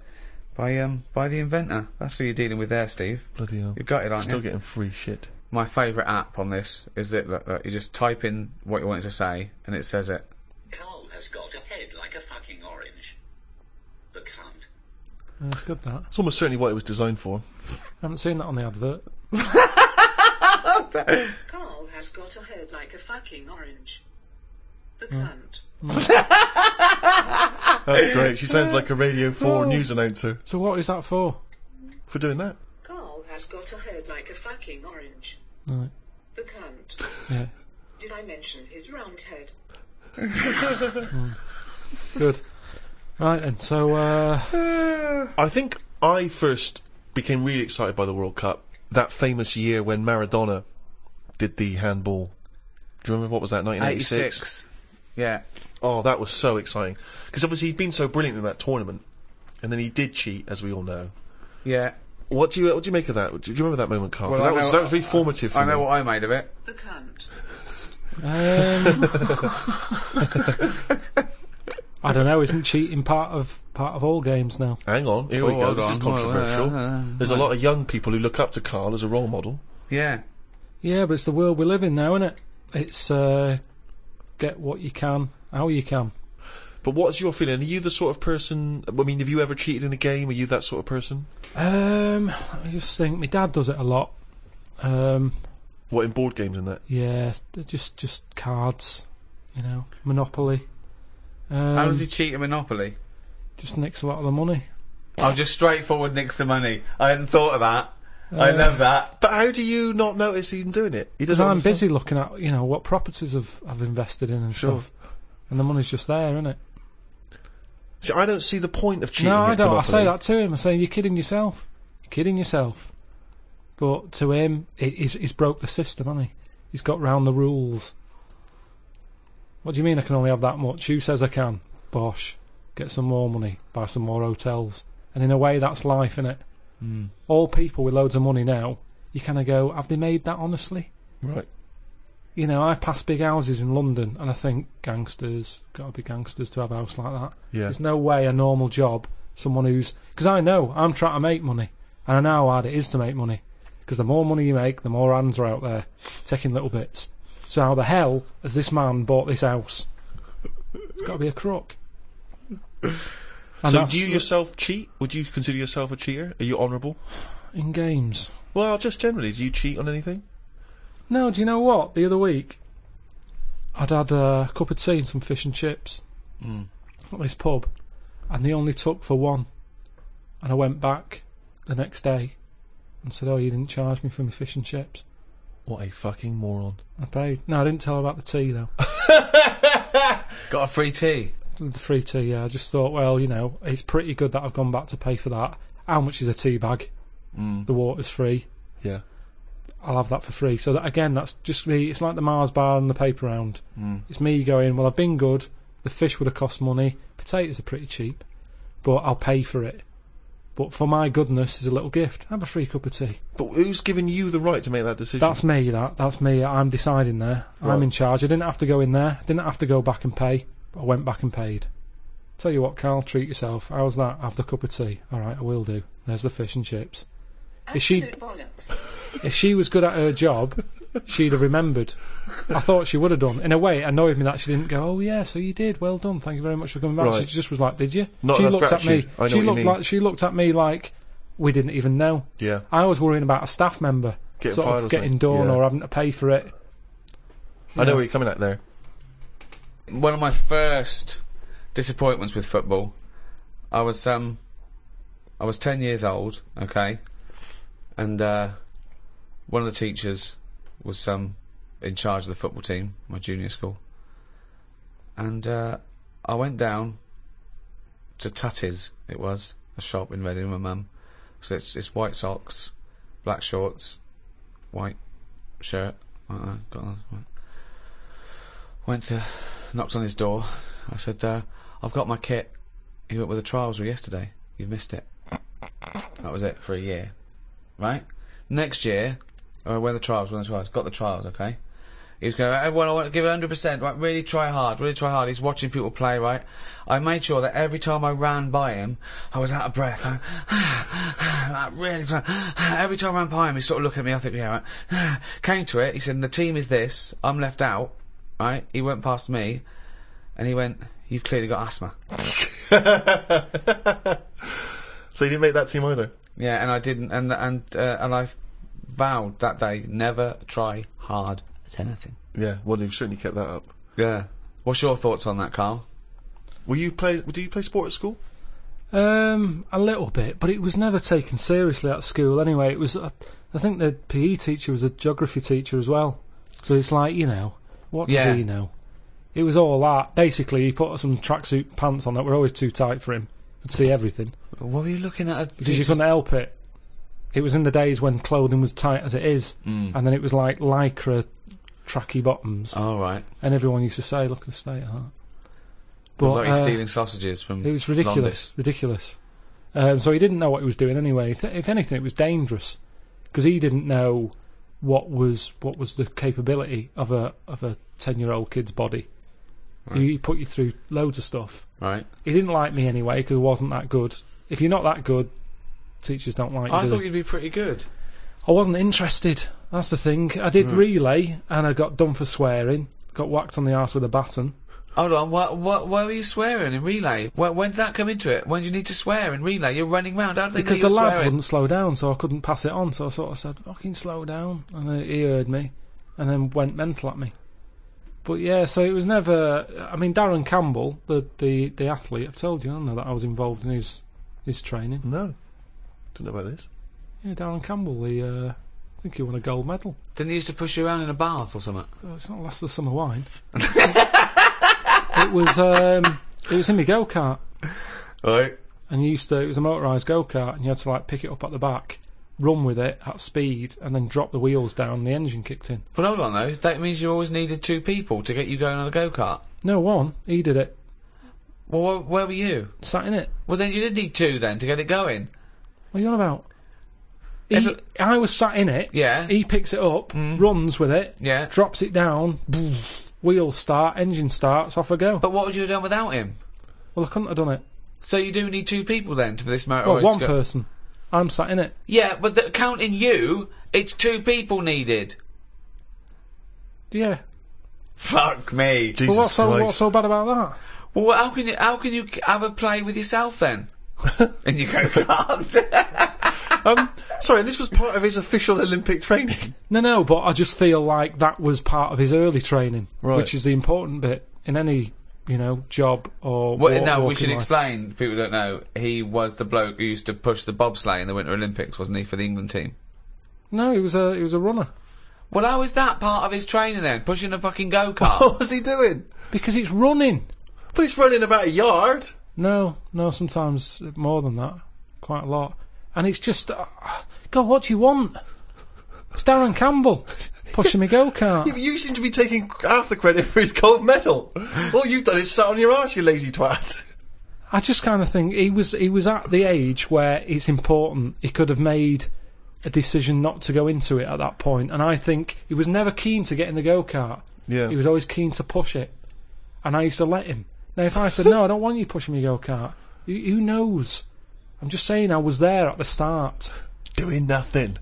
[SPEAKER 1] by um by the inventor. That's who you're dealing with there, Steve.
[SPEAKER 3] Bloody hell.
[SPEAKER 1] You've got it, aren't
[SPEAKER 3] Still
[SPEAKER 1] you?
[SPEAKER 3] getting free shit.
[SPEAKER 1] My favourite app on this is that, that, that you just type in what you want it to say and it says it.
[SPEAKER 4] Carl has got a head like a fucking orange. The cunt.
[SPEAKER 2] Uh, It's good that.
[SPEAKER 3] It's almost certainly what it was designed for.
[SPEAKER 2] I haven't seen that on the advert.
[SPEAKER 5] Carl has got a head like a fucking orange. The
[SPEAKER 2] Hmm.
[SPEAKER 5] cunt.
[SPEAKER 3] That's great. She sounds like a Radio
[SPEAKER 1] Oh.
[SPEAKER 3] 4 news announcer
[SPEAKER 2] So what is that for?
[SPEAKER 3] for doing that.
[SPEAKER 5] Carl has got a head like a fucking orange.
[SPEAKER 2] Right.
[SPEAKER 5] The cunt.
[SPEAKER 2] Yeah.
[SPEAKER 5] Did I mention his round head?
[SPEAKER 2] Good. Right then. So uh,
[SPEAKER 3] I think I first became really excited by the World Cup that famous year when Maradona did the handball. Do you remember what was that? 1986.
[SPEAKER 1] Yeah.
[SPEAKER 3] Oh, that was so exciting because obviously he'd been so brilliant in that tournament, and then he did cheat, as we all know.
[SPEAKER 1] Yeah.
[SPEAKER 3] What do you what do you make of that? Do you remember that moment, Carl? 'Cause
[SPEAKER 1] Well, I
[SPEAKER 3] that was
[SPEAKER 1] know-
[SPEAKER 3] that was very formative for
[SPEAKER 1] I know
[SPEAKER 3] me.
[SPEAKER 1] what I made of it.
[SPEAKER 5] The cunt.
[SPEAKER 2] um, I don't know. Isn't cheating part of part of all games now?
[SPEAKER 3] Hang on, here we
[SPEAKER 1] Oh,
[SPEAKER 3] go.
[SPEAKER 1] hold
[SPEAKER 3] This is
[SPEAKER 1] on. Hold on,
[SPEAKER 3] controversial.
[SPEAKER 1] hold on.
[SPEAKER 3] There's a lot of young people who look up to Carl as a role model.
[SPEAKER 1] Yeah.
[SPEAKER 2] Yeah, but it's the world we live in now, isn't it? It's uh, get what you can, how you can.
[SPEAKER 3] But what's your feeling? Are you the sort of person? I mean, have you ever cheated in a game? Are you that sort of person?
[SPEAKER 2] Um, I just think my dad does it a lot. Um,
[SPEAKER 3] What in board games and that?
[SPEAKER 2] yeah, just just cards, you know, Monopoly. Um,
[SPEAKER 1] How does he cheat at Monopoly?
[SPEAKER 2] just nicks a lot of the money.
[SPEAKER 1] I'll just straightforward nicks the money. I hadn't thought of that. I love that.
[SPEAKER 3] But how do you not notice he's doing it? He
[SPEAKER 2] Because
[SPEAKER 3] doesn't.
[SPEAKER 2] I'm
[SPEAKER 3] understand.
[SPEAKER 2] busy looking at you know what properties I've I've invested in and
[SPEAKER 3] Sure.
[SPEAKER 2] stuff, and the money's just there, isn't it?
[SPEAKER 3] See, I don't see the point of cheating.
[SPEAKER 2] No, I
[SPEAKER 3] at
[SPEAKER 2] don't. I say
[SPEAKER 3] Monopoly.
[SPEAKER 2] that to him. I say you're kidding yourself. You're kidding yourself. But to him, it, he's, he's broke the system, hasn't he? He's got round the rules. What do you mean I can only have that much? Who says I can? Bosh. Get some more money. Buy some more hotels. And in a way, that's life, innit? All people with loads of money now, you kind of go, have they made that honestly?
[SPEAKER 3] Right.
[SPEAKER 2] You know, I pass big houses in London and I think gangsters, gotta be gangsters to have a house like that.
[SPEAKER 3] Yeah.
[SPEAKER 2] There's no way a normal job, someone who's. Because I know I'm trying to make money and I know how hard it is to make money. Because the more money you make, the more hands are out there taking little bits. So how the hell has this man bought this house? It's gotta be a crook. And
[SPEAKER 3] so,
[SPEAKER 2] that's
[SPEAKER 3] do you yourself cheat? Would you consider yourself a cheater? Are you honourable?
[SPEAKER 2] in games.
[SPEAKER 3] Well, just generally, do you cheat on anything?
[SPEAKER 2] No, do you know what? The other week, I'd had a cup of tea and some fish and chips at this pub, and they only took for one. And I went back the next day and said, "Oh, you didn't charge me for my fish and chips."
[SPEAKER 3] What a fucking moron!
[SPEAKER 2] I paid. No, I didn't tell her about the tea though.
[SPEAKER 1] Got a free tea.
[SPEAKER 2] the free tea. Yeah, I just thought, well, you know, it's pretty good that I've gone back to pay for that. How much is a tea bag? Mm. The water's free.
[SPEAKER 3] Yeah.
[SPEAKER 2] I'll have that for free. So that again, that's just me. It's like the Mars bar and the paper round. It's me going. Well, I've been good. The fish would have cost money. Potatoes are pretty cheap, but I'll pay for it. But for my goodness, is a little gift. Have a free cup of tea.
[SPEAKER 3] But who's given you the right to make that decision?
[SPEAKER 2] That's me. That that's me. I'm deciding there. I'm
[SPEAKER 3] Right.
[SPEAKER 2] in charge. I didn't have to go in there. I didn't have to go back and pay. But I went back and paid. Tell you what, Carl, treat yourself. How's that? Have the cup of tea. All right, I will do. There's the fish and chips.
[SPEAKER 5] Absolute
[SPEAKER 2] Is she-
[SPEAKER 5] bollocks.
[SPEAKER 2] If she was good at her job, she'd have remembered. I thought she would have done. In a way, it annoyed me that she didn't go. Oh yeah, so you did. Well done. Thank you very much for coming back.
[SPEAKER 3] Right.
[SPEAKER 2] She just was like, "Did you?"
[SPEAKER 3] Not
[SPEAKER 2] she
[SPEAKER 3] enough
[SPEAKER 2] looked
[SPEAKER 3] gratitude.
[SPEAKER 2] at
[SPEAKER 3] I
[SPEAKER 2] me.
[SPEAKER 3] know
[SPEAKER 2] she
[SPEAKER 3] what you
[SPEAKER 2] looked
[SPEAKER 3] mean.
[SPEAKER 2] like she looked at me like we didn't even know.
[SPEAKER 3] yeah.
[SPEAKER 2] I was worrying about a staff member
[SPEAKER 3] Getting
[SPEAKER 2] sort
[SPEAKER 3] fired or
[SPEAKER 2] of getting
[SPEAKER 3] something.
[SPEAKER 2] done
[SPEAKER 3] Yeah.
[SPEAKER 2] or having to pay for it.
[SPEAKER 3] I know where you're coming at there.
[SPEAKER 1] one of my first disappointments with football. I was um, I was ten years old, okay, and uh, one of the teachers was um in charge of the football team, my junior school, and uh, I went down to Tutty's. It was a shop in Reading. with My mum, so it's it's white socks, black shorts, white shirt. Uh, got on, went to knocked on his door. I said, uh, I've got my kit. He went with the trials were yesterday. You've missed it. That was it for a year. Right? Next year, uh, when the trials, when the trials, got the trials, okay? He was going, everyone, I want to give it 100%, right? Really try hard, really try hard. He's watching people play, right? I made sure that every time I ran by him, I was out of breath. I, I really try. Every time I ran by him, he sort of looked at me, I think, yeah, right? Came to it, he said, the team is this, I'm left out, right? He went past me, and he went, You've clearly got asthma.
[SPEAKER 3] So you didn't make that team either.
[SPEAKER 1] Yeah, and I didn't, and and uh, and I vowed that day never try hard at anything.
[SPEAKER 3] Yeah. Well, you've certainly kept that up.
[SPEAKER 1] Yeah. What's your thoughts on that, Carl?
[SPEAKER 3] Were you play? Do you play sport at school?
[SPEAKER 2] Um, a little bit, but it was never taken seriously at school. Anyway, it was. I, I think the PE teacher was a geography teacher as well. So it's like you know, what does
[SPEAKER 1] Yeah.
[SPEAKER 2] he know? It was all that. Basically, he put some tracksuit pants on that were always too tight for him. Could see everything
[SPEAKER 1] What were you looking at?
[SPEAKER 2] because you couldn't help it. It was in the days when clothing was tight as it is,
[SPEAKER 1] Hmm.
[SPEAKER 2] and then it was like lycra tracky bottoms,
[SPEAKER 1] All right.
[SPEAKER 2] and everyone used to say, "Look at the state of that." But
[SPEAKER 1] like he's
[SPEAKER 2] uh,
[SPEAKER 1] stealing sausages from.
[SPEAKER 2] it was ridiculous,
[SPEAKER 1] Londis.
[SPEAKER 2] ridiculous. Um, so he didn't know what he was doing anyway. Th- if anything, it was dangerous because he didn't know what was what was the capability of a of a ten year old kid's body. He, he put you through loads of stuff.
[SPEAKER 1] Right.
[SPEAKER 2] He didn't like me anyway because I wasn't that good. If you're not that good, teachers don't like you.
[SPEAKER 1] I
[SPEAKER 2] do they?
[SPEAKER 1] thought you'd be pretty good.
[SPEAKER 2] I wasn't interested. That's the thing. I did relay and I got done for swearing. Got whacked on the arse with a baton.
[SPEAKER 1] Hold on. What? What? Why were you swearing in relay? When, when did that come into it? When do you need to swear in relay? You're running round. How do they
[SPEAKER 2] because
[SPEAKER 1] know
[SPEAKER 2] the
[SPEAKER 1] you're
[SPEAKER 2] lads
[SPEAKER 1] swearing?
[SPEAKER 2] wouldn't slow down, so I couldn't pass it on. So I sort of said, "Fucking slow down," and uh, he heard me, and then went mental at me. But yeah, so it was never. I mean, Darren Campbell, the the, the athlete, I've told you, I know that I was involved in his his training.
[SPEAKER 3] No. Didn't know about this.
[SPEAKER 2] Yeah, Darren Campbell, the uh, I think he won a gold medal.
[SPEAKER 1] Didn't they used to push you around in a bath or something?
[SPEAKER 2] Oh, It's not last of the summer wine. it was um, it was in my go kart.
[SPEAKER 3] Right.
[SPEAKER 2] and you used to it was a motorised go kart and you had to like pick it up at the back, run with it at speed, and then drop the wheels down and the engine kicked in.
[SPEAKER 1] But hold on though. That means you always needed two people to get you going on a go kart.
[SPEAKER 2] No one, he did it.
[SPEAKER 1] Well, where, where were you?
[SPEAKER 2] Sat in it.
[SPEAKER 1] Well, then you did need two then to get it going.
[SPEAKER 2] What are you on about? He,
[SPEAKER 1] If it-
[SPEAKER 2] I was sat in it.
[SPEAKER 1] Yeah. Mm.
[SPEAKER 2] He picks it up, runs with it.
[SPEAKER 1] Yeah.
[SPEAKER 2] Drops it down. wheels start. Engine starts. Off I go.
[SPEAKER 1] But what would you have done without him?
[SPEAKER 2] well, I couldn't have done it.
[SPEAKER 1] So you do need two people then for this motorway.
[SPEAKER 2] Well,
[SPEAKER 1] to
[SPEAKER 2] one
[SPEAKER 1] go-
[SPEAKER 2] person. I'm sat in it.
[SPEAKER 1] Yeah, but the, counting you, it's two people needed.
[SPEAKER 2] Yeah.
[SPEAKER 3] Fuck me. Jesus
[SPEAKER 2] Well, what's so,
[SPEAKER 3] Christ.
[SPEAKER 2] what's so bad about that?
[SPEAKER 1] Well, how can you how can you have a play with yourself then? and you go kart.
[SPEAKER 3] um, sorry, this was part of his official Olympic training.
[SPEAKER 2] No, no, but I just feel like that was part of his early training,
[SPEAKER 1] Right.
[SPEAKER 2] which is the important bit in any, you know, job or.
[SPEAKER 1] Well,
[SPEAKER 2] wa-
[SPEAKER 1] no, we
[SPEAKER 2] walking
[SPEAKER 1] should
[SPEAKER 2] life.
[SPEAKER 1] explain. People don't know he was the bloke who used to push the bobsleigh in the Winter Olympics, wasn't he, for the England team?
[SPEAKER 2] No, he was a he was a runner
[SPEAKER 1] Well, how is that part of his training then? Pushing a fucking go kart.
[SPEAKER 3] What was he doing?
[SPEAKER 2] because it's running.
[SPEAKER 3] But he's running about a yard.
[SPEAKER 2] No, no, sometimes more than that, quite a lot, and it's just, uh, God, what do you want? It's Darren Campbell pushing me go
[SPEAKER 3] Yeah, but
[SPEAKER 2] kart.
[SPEAKER 3] You seem to be taking half the credit for his gold medal. All you've done is sat on your arse, you lazy twat.
[SPEAKER 2] I just kind of think he was he was at the age where it's important. He could have made a decision not to go into it at that point, and I think he was never keen to get in the go kart.
[SPEAKER 3] Yeah.
[SPEAKER 2] He was always keen to push it, and I used to let him. Now, if I said no, I don't want you pushing me go kart. Who who knows? I'm just saying I was there at the start.
[SPEAKER 3] doing nothing,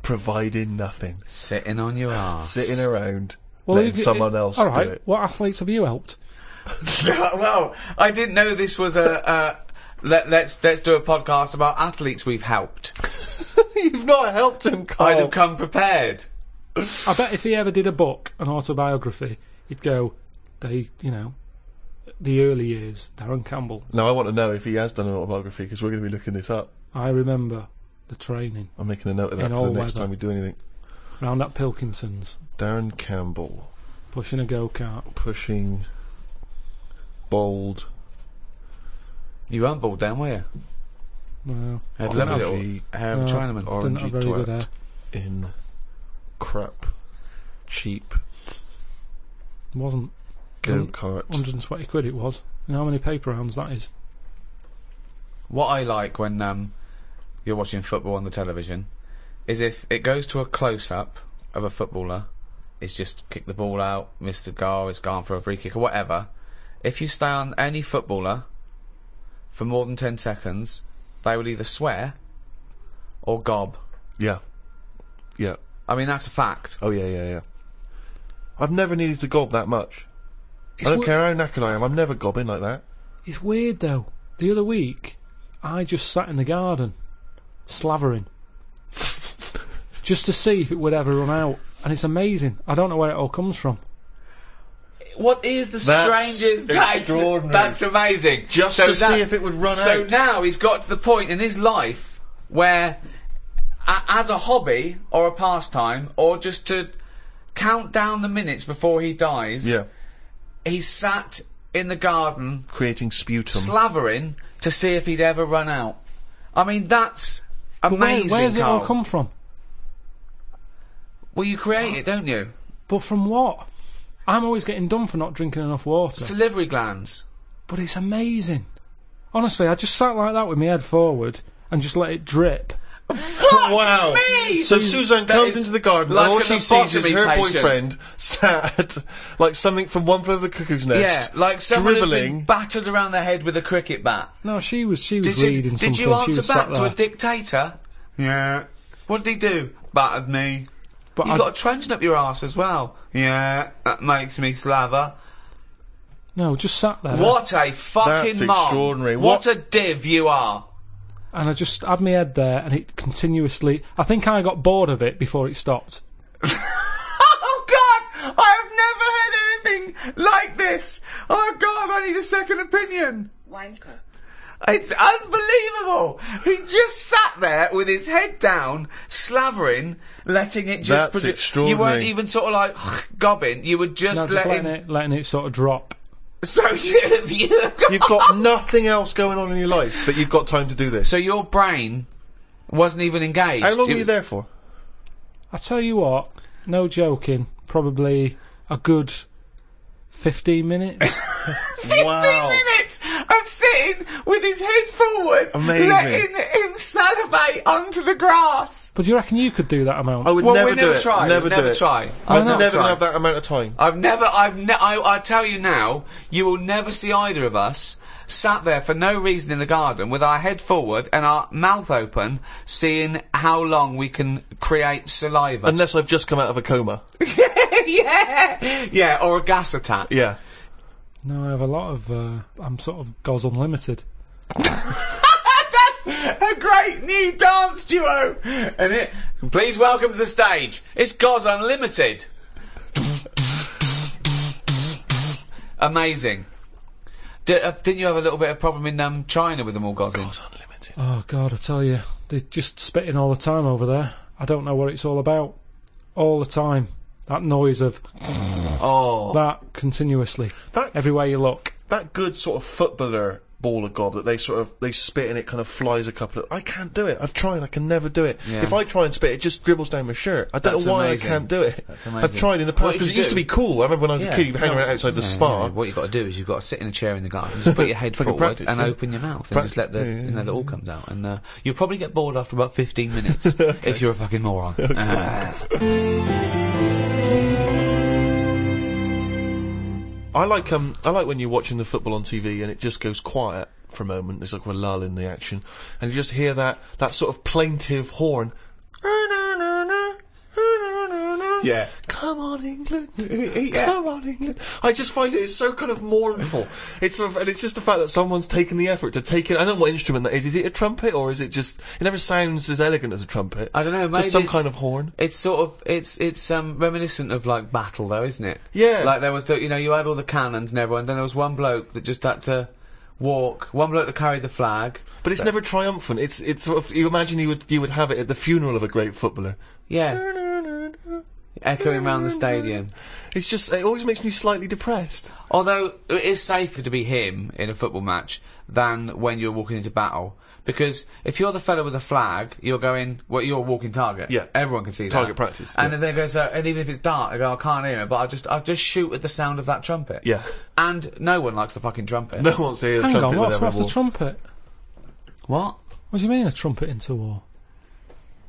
[SPEAKER 3] providing nothing,
[SPEAKER 1] Sitting on your ass.
[SPEAKER 3] sitting around,
[SPEAKER 2] Well,
[SPEAKER 3] letting
[SPEAKER 2] if you-
[SPEAKER 3] someone else
[SPEAKER 2] all right,
[SPEAKER 3] do it.
[SPEAKER 2] What athletes have you helped?
[SPEAKER 1] well, I didn't know this was a. Uh, let, let's let's do a podcast about athletes we've helped.
[SPEAKER 3] You've not helped him,
[SPEAKER 1] I'd
[SPEAKER 2] Oh.
[SPEAKER 3] Carl.
[SPEAKER 1] have come prepared.
[SPEAKER 2] I bet if he ever did a book, an autobiography, he'd go, they, you know, the early years, Darren Campbell.
[SPEAKER 3] No, I want to know if he has done an autobiography because we're going to be looking this up.
[SPEAKER 2] I remember the training
[SPEAKER 3] I'm making a note of that
[SPEAKER 2] In
[SPEAKER 3] for the
[SPEAKER 2] all
[SPEAKER 3] next
[SPEAKER 2] weather.
[SPEAKER 3] time we do anything.
[SPEAKER 2] round at Pilkinson's,
[SPEAKER 3] Darren Campbell
[SPEAKER 2] pushing a go kart.
[SPEAKER 3] pushing bold
[SPEAKER 1] You weren't bald then, were you?
[SPEAKER 2] No,
[SPEAKER 1] I had lovely
[SPEAKER 3] Orangey-
[SPEAKER 1] little hair of a
[SPEAKER 2] no,
[SPEAKER 1] Chinaman.
[SPEAKER 2] didn't
[SPEAKER 3] orangey
[SPEAKER 2] have very good hair.
[SPEAKER 3] twat in crap, cheap
[SPEAKER 2] It wasn't
[SPEAKER 3] go kart.
[SPEAKER 2] 120 quid. It was. You know how many paper rounds that is?
[SPEAKER 1] What I like when um, you're watching football on the television is if it goes to a close up of a footballer, it's just kick the ball out, missed the goal, it's gone for a free kick or whatever. If you stay on any footballer for more than 10 seconds, they will either swear or gob.
[SPEAKER 3] Yeah, yeah.
[SPEAKER 1] I mean, that's a fact.
[SPEAKER 3] Oh yeah, yeah, yeah. I've never needed to gob that much. I don't
[SPEAKER 2] wo-
[SPEAKER 3] care how knackered I am. I'm never gobbing like that.
[SPEAKER 2] It's weird though. The other week, I just sat in the garden, slavering, just to see if it would ever run out. And it's amazing. I don't know where it all comes from.
[SPEAKER 1] What is the
[SPEAKER 3] That's
[SPEAKER 1] strangest?
[SPEAKER 3] extraordinary.
[SPEAKER 1] That's, that's amazing.
[SPEAKER 3] Just to see if it would run
[SPEAKER 1] so
[SPEAKER 3] out.
[SPEAKER 1] So now he's got to the point in his life where, a, as a hobby or a pastime, or just to count down the minutes before he dies,
[SPEAKER 3] Yeah,
[SPEAKER 1] he sat in the garden
[SPEAKER 3] creating sputum.
[SPEAKER 1] slavering to see if he'd ever run out. I mean, that's
[SPEAKER 2] But where-
[SPEAKER 1] amazing.
[SPEAKER 2] where's it all
[SPEAKER 1] Carl.
[SPEAKER 2] come from?
[SPEAKER 1] Well, you create it, don't you?
[SPEAKER 2] But from what? I'm always getting done for not drinking enough water.
[SPEAKER 1] Salivary glands.
[SPEAKER 2] but it's amazing. Honestly, I just sat like that with my head forward and just let it drip.
[SPEAKER 3] wow!
[SPEAKER 1] me!
[SPEAKER 3] So Suzanne
[SPEAKER 1] That
[SPEAKER 3] comes
[SPEAKER 1] is
[SPEAKER 3] into the garden,
[SPEAKER 1] like
[SPEAKER 3] and all
[SPEAKER 1] an
[SPEAKER 3] she sees is
[SPEAKER 1] lobotomy
[SPEAKER 3] her
[SPEAKER 1] patient.
[SPEAKER 3] boyfriend sat at, like something from One Flew Over the Cuckoo's
[SPEAKER 1] Yeah,
[SPEAKER 3] Nest.
[SPEAKER 1] like someone who'd been
[SPEAKER 3] dribbling.
[SPEAKER 1] battered around the head with a cricket bat.
[SPEAKER 2] No, she was she was
[SPEAKER 1] Did you,
[SPEAKER 2] reading something.
[SPEAKER 1] did you
[SPEAKER 2] she
[SPEAKER 1] answer
[SPEAKER 2] was sat
[SPEAKER 1] back to a
[SPEAKER 2] there.
[SPEAKER 1] dictator? Yeah. What did he do? Battered me.
[SPEAKER 2] But
[SPEAKER 1] You
[SPEAKER 2] I-
[SPEAKER 1] got a truncheon up your ass as well. Yeah, that makes me slaver.
[SPEAKER 2] no, just sat there.
[SPEAKER 1] What a fucking
[SPEAKER 3] That's
[SPEAKER 1] mom.
[SPEAKER 3] extraordinary.
[SPEAKER 1] What?
[SPEAKER 3] What-
[SPEAKER 1] a div you are.
[SPEAKER 2] And I just had my head there, and it continuously. I think I got bored of it before it stopped.
[SPEAKER 1] Oh God, I have never heard anything like this. Oh God, I need a second opinion.
[SPEAKER 5] Wanker.
[SPEAKER 1] It's unbelievable. He just sat there with his head down, slavering, letting it just. produ-
[SPEAKER 3] That's
[SPEAKER 1] You weren't
[SPEAKER 3] extraordinary.
[SPEAKER 1] even sort of like gobbing. You were
[SPEAKER 2] No,
[SPEAKER 1] just,
[SPEAKER 2] just
[SPEAKER 1] letting.
[SPEAKER 2] letting it letting it sort of drop.
[SPEAKER 1] So you, you
[SPEAKER 3] You've got nothing else going on in your life, but you've got time to do this.
[SPEAKER 1] So your brain wasn't even engaged.
[SPEAKER 3] how long
[SPEAKER 1] It-
[SPEAKER 3] were you there for?
[SPEAKER 2] I tell you what, no joking, probably a good fifteen minutes.
[SPEAKER 3] Wow.
[SPEAKER 1] minutes of sitting with his head forward,
[SPEAKER 3] Amazing.
[SPEAKER 1] letting him salivate onto the grass.
[SPEAKER 2] But do you reckon you could do that amount?
[SPEAKER 3] I would
[SPEAKER 1] Well,
[SPEAKER 3] never
[SPEAKER 1] we
[SPEAKER 3] do
[SPEAKER 1] never
[SPEAKER 3] it.
[SPEAKER 1] try.
[SPEAKER 3] Never
[SPEAKER 1] We
[SPEAKER 3] do
[SPEAKER 1] never
[SPEAKER 3] it.
[SPEAKER 1] try.
[SPEAKER 3] I'm
[SPEAKER 1] We never try.
[SPEAKER 3] never gonna have that amount of time.
[SPEAKER 1] I've never, I've ne- I, I tell you now, you will never see either of us sat there for no reason in the garden with our head forward and our mouth open, seeing how long we can create saliva.
[SPEAKER 3] Unless I've just come out of a coma.
[SPEAKER 1] yeah, yeah, or a gas attack.
[SPEAKER 3] Yeah.
[SPEAKER 2] no, I have a lot of. Uh, I'm sort of Goz Unlimited.
[SPEAKER 1] That's a great new dance duo. And it, please welcome to the stage. It's Goz Unlimited. Amazing. D- uh, didn't you have a little bit of problem in um, China with them all gozzing?
[SPEAKER 3] It's unlimited.
[SPEAKER 2] Oh God, I tell you, they're just spitting all the time over there. I don't know what it's all about. All the time, that noise of
[SPEAKER 1] Oh,
[SPEAKER 2] that continuously,
[SPEAKER 3] That
[SPEAKER 2] everywhere you look.
[SPEAKER 3] that good sort of footballer ball of gob that they sort of they spit and it kind of flies a couple of I can't do it. I've tried, I can never do it.
[SPEAKER 1] Yeah.
[SPEAKER 3] If I try and spit it just dribbles down my shirt. I don't
[SPEAKER 1] That's
[SPEAKER 3] know why
[SPEAKER 1] amazing.
[SPEAKER 3] I can't do it.
[SPEAKER 1] That's
[SPEAKER 3] I've
[SPEAKER 1] amazing.
[SPEAKER 3] tried in the
[SPEAKER 1] What
[SPEAKER 3] past
[SPEAKER 1] did
[SPEAKER 3] because
[SPEAKER 1] you
[SPEAKER 3] it used
[SPEAKER 1] do?
[SPEAKER 3] to be cool. I remember when I was a
[SPEAKER 1] Yeah.
[SPEAKER 3] kid you'd hang
[SPEAKER 1] No.
[SPEAKER 3] around outside the
[SPEAKER 1] Yeah,
[SPEAKER 3] spa.
[SPEAKER 1] yeah, What you've got to do is you've got to sit in a chair in the garden, just put your head
[SPEAKER 3] Fucking
[SPEAKER 1] forward
[SPEAKER 3] practice,
[SPEAKER 1] and
[SPEAKER 3] yeah.
[SPEAKER 1] open your mouth, and
[SPEAKER 3] Prac-
[SPEAKER 1] just let the
[SPEAKER 3] yeah, yeah,
[SPEAKER 1] you know that all comes out. And uh, you'll probably get bored after about fifteen minutes if you're a fucking moron. Ah.
[SPEAKER 3] I like um I like when you're watching the football on TV and it just goes quiet for a moment. There's like a lull in the action, and you just hear that that sort of plaintive horn.
[SPEAKER 1] Yeah.
[SPEAKER 3] Come on, England.
[SPEAKER 1] Yeah.
[SPEAKER 3] Come on, England. I just find it is so kind of mournful. It's sort of, and it's just the fact that someone's taken the effort to take it. I don't know what instrument that is. Is it a trumpet or is it just? It never sounds as elegant as a trumpet.
[SPEAKER 1] I don't know. Maybe
[SPEAKER 3] Just some
[SPEAKER 1] it's-
[SPEAKER 3] kind of horn.
[SPEAKER 1] It's sort of it's it's um reminiscent of like battle though, isn't it?
[SPEAKER 3] Yeah.
[SPEAKER 1] Like there was the, you know you had all the cannons and everyone. Then there was one bloke that just had to walk. One bloke that carried the flag.
[SPEAKER 3] But it's never triumphant. It's it's sort of you imagine you would you would have it at the funeral of a great footballer.
[SPEAKER 1] Yeah. Echoing around the stadium.
[SPEAKER 3] It's just it always makes me slightly depressed.
[SPEAKER 1] Although it is safer to be him in a football match than when you're walking into battle. Because if you're the fellow with the flag, you're going, well, you're a walking target.
[SPEAKER 3] Yeah.
[SPEAKER 1] Everyone can see that.
[SPEAKER 3] Target practice,
[SPEAKER 1] And
[SPEAKER 3] yeah.
[SPEAKER 1] then they go, so, and even if it's dark, I go, I can't hear it, but I'll just, I'll just shoot at the sound of that trumpet.
[SPEAKER 3] Yeah.
[SPEAKER 1] And no one likes the fucking trumpet.
[SPEAKER 3] No one's here.
[SPEAKER 2] Hang on, what's, what's a trumpet?
[SPEAKER 1] What?
[SPEAKER 2] What do you mean a trumpet into war?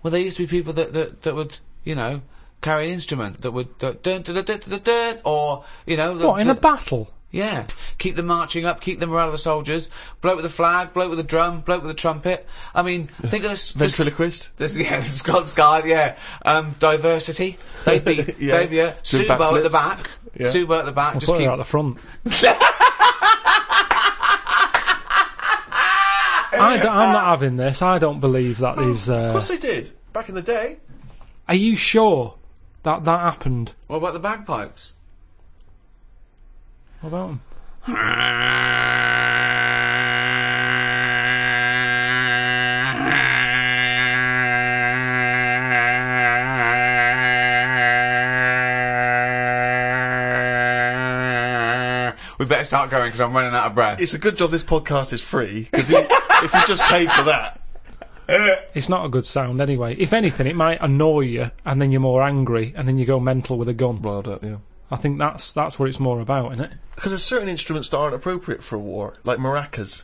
[SPEAKER 1] Well, there used to be people that, that, that would, you know, carry an instrument that would, that, dun, dun, dun, dun, dun, dun, or, you know. the-
[SPEAKER 2] What in a
[SPEAKER 1] the-
[SPEAKER 2] battle?
[SPEAKER 1] Yeah. Keep them marching up, keep the morale of the soldiers. Bloke with the flag, bloke with the drum, bloke with the trumpet. I mean, think of this. this-
[SPEAKER 3] Ventriloquist.
[SPEAKER 1] This, yeah, the Scots Guard, yeah. Um, diversity. They'd be,
[SPEAKER 3] Yeah.
[SPEAKER 1] they'd be a
[SPEAKER 3] Doing
[SPEAKER 1] Subo at the
[SPEAKER 3] backflips.
[SPEAKER 1] back.
[SPEAKER 3] Yeah.
[SPEAKER 1] Subo at the back.
[SPEAKER 2] I'll
[SPEAKER 1] just
[SPEAKER 2] put
[SPEAKER 1] keep.
[SPEAKER 2] her out the front. I don't, I'm not having this. I don't believe that
[SPEAKER 1] Oh,
[SPEAKER 2] these.
[SPEAKER 3] Of
[SPEAKER 2] Uh,
[SPEAKER 3] course they did back in the day.
[SPEAKER 2] are you sure that that happened?
[SPEAKER 1] What about the bagpipes?
[SPEAKER 2] What about 'em?
[SPEAKER 1] We better start going because I'm running out of breath.
[SPEAKER 3] It's a good job this podcast is free because if you just paid for that,
[SPEAKER 2] It's not a good sound anyway. If anything, it might annoy you, and then you're more angry, and then you go mental with a gun.
[SPEAKER 3] riled up, yeah.
[SPEAKER 2] I think that's that's what it's more about, isn't it?
[SPEAKER 3] Because there's certain instruments that aren't appropriate for a war, like maracas.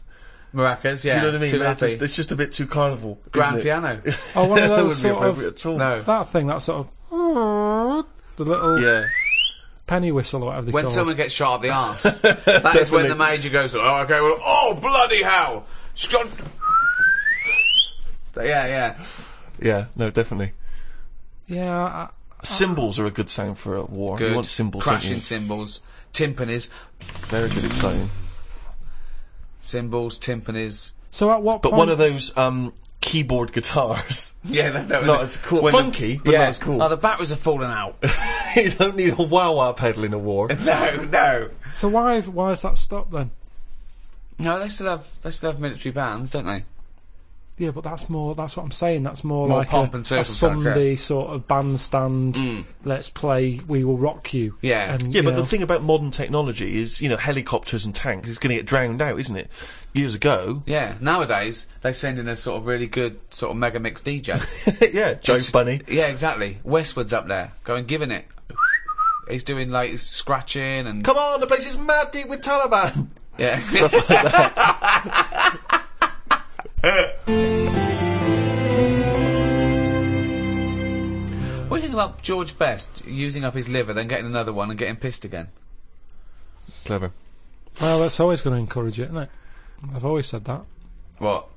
[SPEAKER 1] Maracas, yeah.
[SPEAKER 3] You know what I mean?
[SPEAKER 1] Too
[SPEAKER 3] They're
[SPEAKER 1] happy.
[SPEAKER 3] just, it's just a bit too carnival. isn't
[SPEAKER 1] Grand
[SPEAKER 3] it?
[SPEAKER 1] piano.
[SPEAKER 2] Oh, one of
[SPEAKER 3] that
[SPEAKER 2] those
[SPEAKER 3] wouldn't be
[SPEAKER 2] sort
[SPEAKER 3] appropriate
[SPEAKER 2] of
[SPEAKER 3] at all.
[SPEAKER 1] no.
[SPEAKER 2] that thing, that sort of the little
[SPEAKER 3] Yeah.
[SPEAKER 2] penny whistle or whatever they
[SPEAKER 1] When
[SPEAKER 2] call
[SPEAKER 1] someone
[SPEAKER 2] it.
[SPEAKER 1] gets shot up the arse, that is when the major goes, oh, okay, well, oh, bloody hell! She's gone- yeah, yeah.
[SPEAKER 3] Yeah. No, definitely.
[SPEAKER 2] Yeah, I,
[SPEAKER 3] Cymbals are a good sound for a war.
[SPEAKER 1] Good.
[SPEAKER 3] You want cymbals, don't
[SPEAKER 1] Crashing
[SPEAKER 3] you?
[SPEAKER 1] cymbals, timpanis,
[SPEAKER 3] Very good, exciting.
[SPEAKER 1] cymbals, timpanis.
[SPEAKER 2] so at what
[SPEAKER 3] But
[SPEAKER 2] point?
[SPEAKER 3] one of those um, keyboard guitars.
[SPEAKER 1] Yeah, that's that was
[SPEAKER 3] Not
[SPEAKER 1] it.
[SPEAKER 3] as cool.
[SPEAKER 1] When the-
[SPEAKER 3] Funky, but
[SPEAKER 1] yeah.
[SPEAKER 3] not as cool.
[SPEAKER 1] Oh, the batteries are falling out.
[SPEAKER 3] you don't need a wah wah pedal in a war.
[SPEAKER 1] no, no,
[SPEAKER 2] so why why is that stopped then?
[SPEAKER 1] no. They still have they still have military bands, don't they?
[SPEAKER 2] Yeah, but that's more. That's what I'm saying. That's more,
[SPEAKER 1] More
[SPEAKER 2] like
[SPEAKER 1] pomp
[SPEAKER 2] a,
[SPEAKER 1] and
[SPEAKER 2] a
[SPEAKER 1] circumstance, yeah.
[SPEAKER 2] Sunday sort of bandstand. Let's play. We will rock you.
[SPEAKER 1] Yeah.
[SPEAKER 2] and,
[SPEAKER 3] Hmm. Yeah,
[SPEAKER 2] you
[SPEAKER 3] but
[SPEAKER 2] know,
[SPEAKER 3] the thing about modern technology is, you know, helicopters and tanks is going to get drowned out, isn't it? Years ago,
[SPEAKER 1] Yeah. Nowadays they send in a sort of really good sort of mega mix DJ.
[SPEAKER 3] yeah, Joe Bunny.
[SPEAKER 1] yeah, exactly. Westwood's up there, going giving it. He's doing like he's scratching and
[SPEAKER 3] Come on, the place is mad deep with Taliban.
[SPEAKER 1] yeah. what do you think about George Best using up his liver, then getting another one and getting pissed again?
[SPEAKER 3] Clever.
[SPEAKER 2] Well, that's always going to encourage it, isn't it? I've always said that.
[SPEAKER 1] What?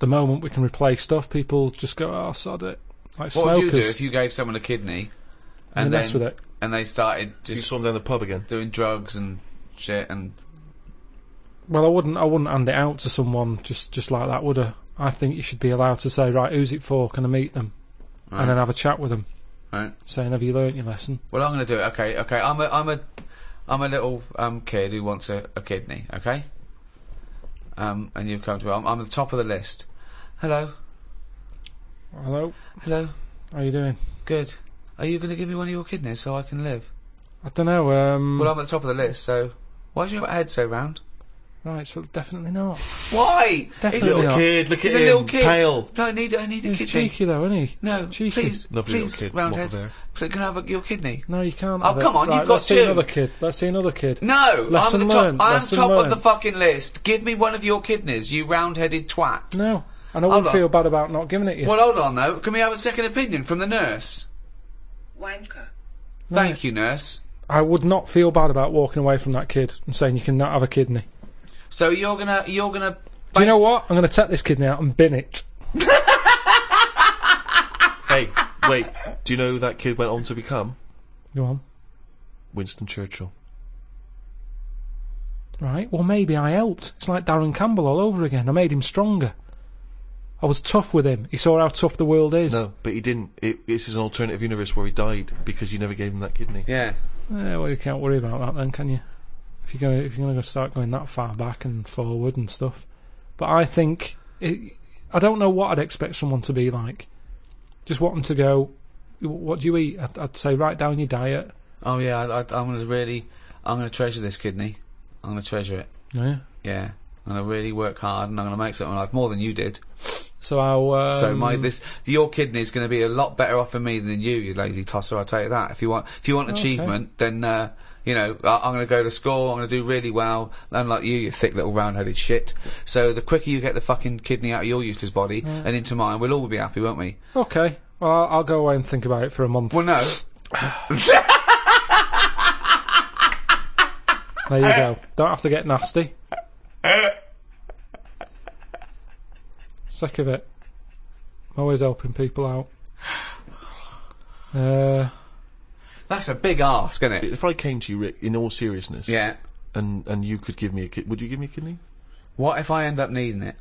[SPEAKER 2] The moment we can replace stuff, people just go, "Oh, sod it." Like
[SPEAKER 1] What would you
[SPEAKER 2] smokers,
[SPEAKER 1] do if you gave someone a kidney and
[SPEAKER 2] and they
[SPEAKER 1] then
[SPEAKER 2] mess with it.
[SPEAKER 1] and they started
[SPEAKER 3] You
[SPEAKER 1] just
[SPEAKER 3] saw him down the pub again.
[SPEAKER 1] doing drugs and shit and
[SPEAKER 2] Well, I wouldn't. I wouldn't hand it out to someone just just like that, would I? I think you should be allowed to say, "Right, who's it for? Can I meet them?"
[SPEAKER 1] Right.
[SPEAKER 2] And then have a chat with them,
[SPEAKER 1] right?
[SPEAKER 2] saying, "Have you learnt your lesson?"
[SPEAKER 1] Well, I'm going to do it. Okay, okay. I'm a, I'm a, I'm a little um kid who wants a, a kidney. Okay. Um, and you've come to me. I'm, I'm at the top of the list. Hello,
[SPEAKER 2] Hello,
[SPEAKER 1] hello.
[SPEAKER 2] how you doing?
[SPEAKER 1] Good. Are you going to give me one of your kidneys so I can live?
[SPEAKER 2] I don't know. Um,
[SPEAKER 1] Well, I'm at the top of the list, so why's your head so round?
[SPEAKER 2] right, so definitely not.
[SPEAKER 1] Why?
[SPEAKER 2] Definitely
[SPEAKER 1] He's a,
[SPEAKER 2] not.
[SPEAKER 3] Little kid, look
[SPEAKER 1] he's a
[SPEAKER 3] at him.
[SPEAKER 1] little kid.
[SPEAKER 3] Pale.
[SPEAKER 1] No, I need, I need a
[SPEAKER 2] He's
[SPEAKER 1] kidney.
[SPEAKER 2] cheeky though, isn't he?
[SPEAKER 1] No,
[SPEAKER 2] Cheeky.
[SPEAKER 1] please,
[SPEAKER 3] Lovely little
[SPEAKER 1] please,
[SPEAKER 3] kid,
[SPEAKER 1] roundhead.
[SPEAKER 3] waffle
[SPEAKER 1] Pl- Can I have a, your kidney?
[SPEAKER 2] No, you can't.
[SPEAKER 1] Oh,
[SPEAKER 2] have it.
[SPEAKER 1] come on,
[SPEAKER 2] Right,
[SPEAKER 1] you've got
[SPEAKER 2] let's see
[SPEAKER 1] two.
[SPEAKER 2] another kid. Let's see another kid.
[SPEAKER 1] No,
[SPEAKER 2] Lesson
[SPEAKER 1] I'm at the top.
[SPEAKER 2] learned,
[SPEAKER 1] I'm
[SPEAKER 2] lesson
[SPEAKER 1] top of
[SPEAKER 2] learned.
[SPEAKER 1] the fucking list. Give me one of your kidneys, you round-headed twat.
[SPEAKER 2] No, and I
[SPEAKER 1] Hold
[SPEAKER 2] wouldn't
[SPEAKER 1] on.
[SPEAKER 2] feel bad about not giving it you.
[SPEAKER 1] Well, hold on though. Can we have a second opinion from the nurse?
[SPEAKER 5] wanker,
[SPEAKER 1] Thank you, nurse.
[SPEAKER 2] I would not feel bad about walking away from that kid and saying you cannot have a kidney.
[SPEAKER 1] So you're gonna, you're gonna.
[SPEAKER 2] Do you know what? I'm going to take this kidney out and bin it.
[SPEAKER 3] Hey, wait. Do you know who that kid went on to become?
[SPEAKER 2] Go on.
[SPEAKER 3] Winston Churchill.
[SPEAKER 2] Right. Well, maybe I helped. It's like Darren Campbell all over again. I made him stronger. I was tough with him. He saw how tough the world is.
[SPEAKER 3] No, but he didn't. It, this is an alternative universe where he died because you never gave him that kidney.
[SPEAKER 1] Yeah.
[SPEAKER 2] Eh, well, you can't worry about that then, can you? If you're going, if you're going to start going that far back and forward and stuff, but I think it, I don't know what I'd expect someone to be like. Just want them to go. What do you eat? I'd, I'd say write down your diet.
[SPEAKER 1] Oh yeah. I, I, I'm gonna really, I'm gonna treasure this kidney. I'm gonna treasure it.
[SPEAKER 2] Yeah.
[SPEAKER 1] Yeah. I'm gonna really work hard, and I'm gonna make something of my life more than you did.
[SPEAKER 2] So I'll. Um,
[SPEAKER 1] So my this your kidney's going to be a lot better off for me than you, you lazy tosser. I'll tell you that. If you want, if you want achievement, then uh, you know I, I'm going to go to school. I'm going to do really well. Unlike you, you thick little round-headed shit. So the quicker you get the fucking kidney out of your useless body and into mine, we'll all be happy, won't we?
[SPEAKER 2] Okay. Well, I'll, I'll go away and think about it for a month.
[SPEAKER 1] Well, no.
[SPEAKER 2] There you go. Don't have to get nasty. Sick of it. I'm always helping people out. Uh,
[SPEAKER 1] That's a big ask, isn't it?
[SPEAKER 3] If I came to you, Rick, in all seriousness,
[SPEAKER 1] Yeah.
[SPEAKER 3] and and you could give me a kid, would you give me a kidney?
[SPEAKER 1] What if I end up needing it?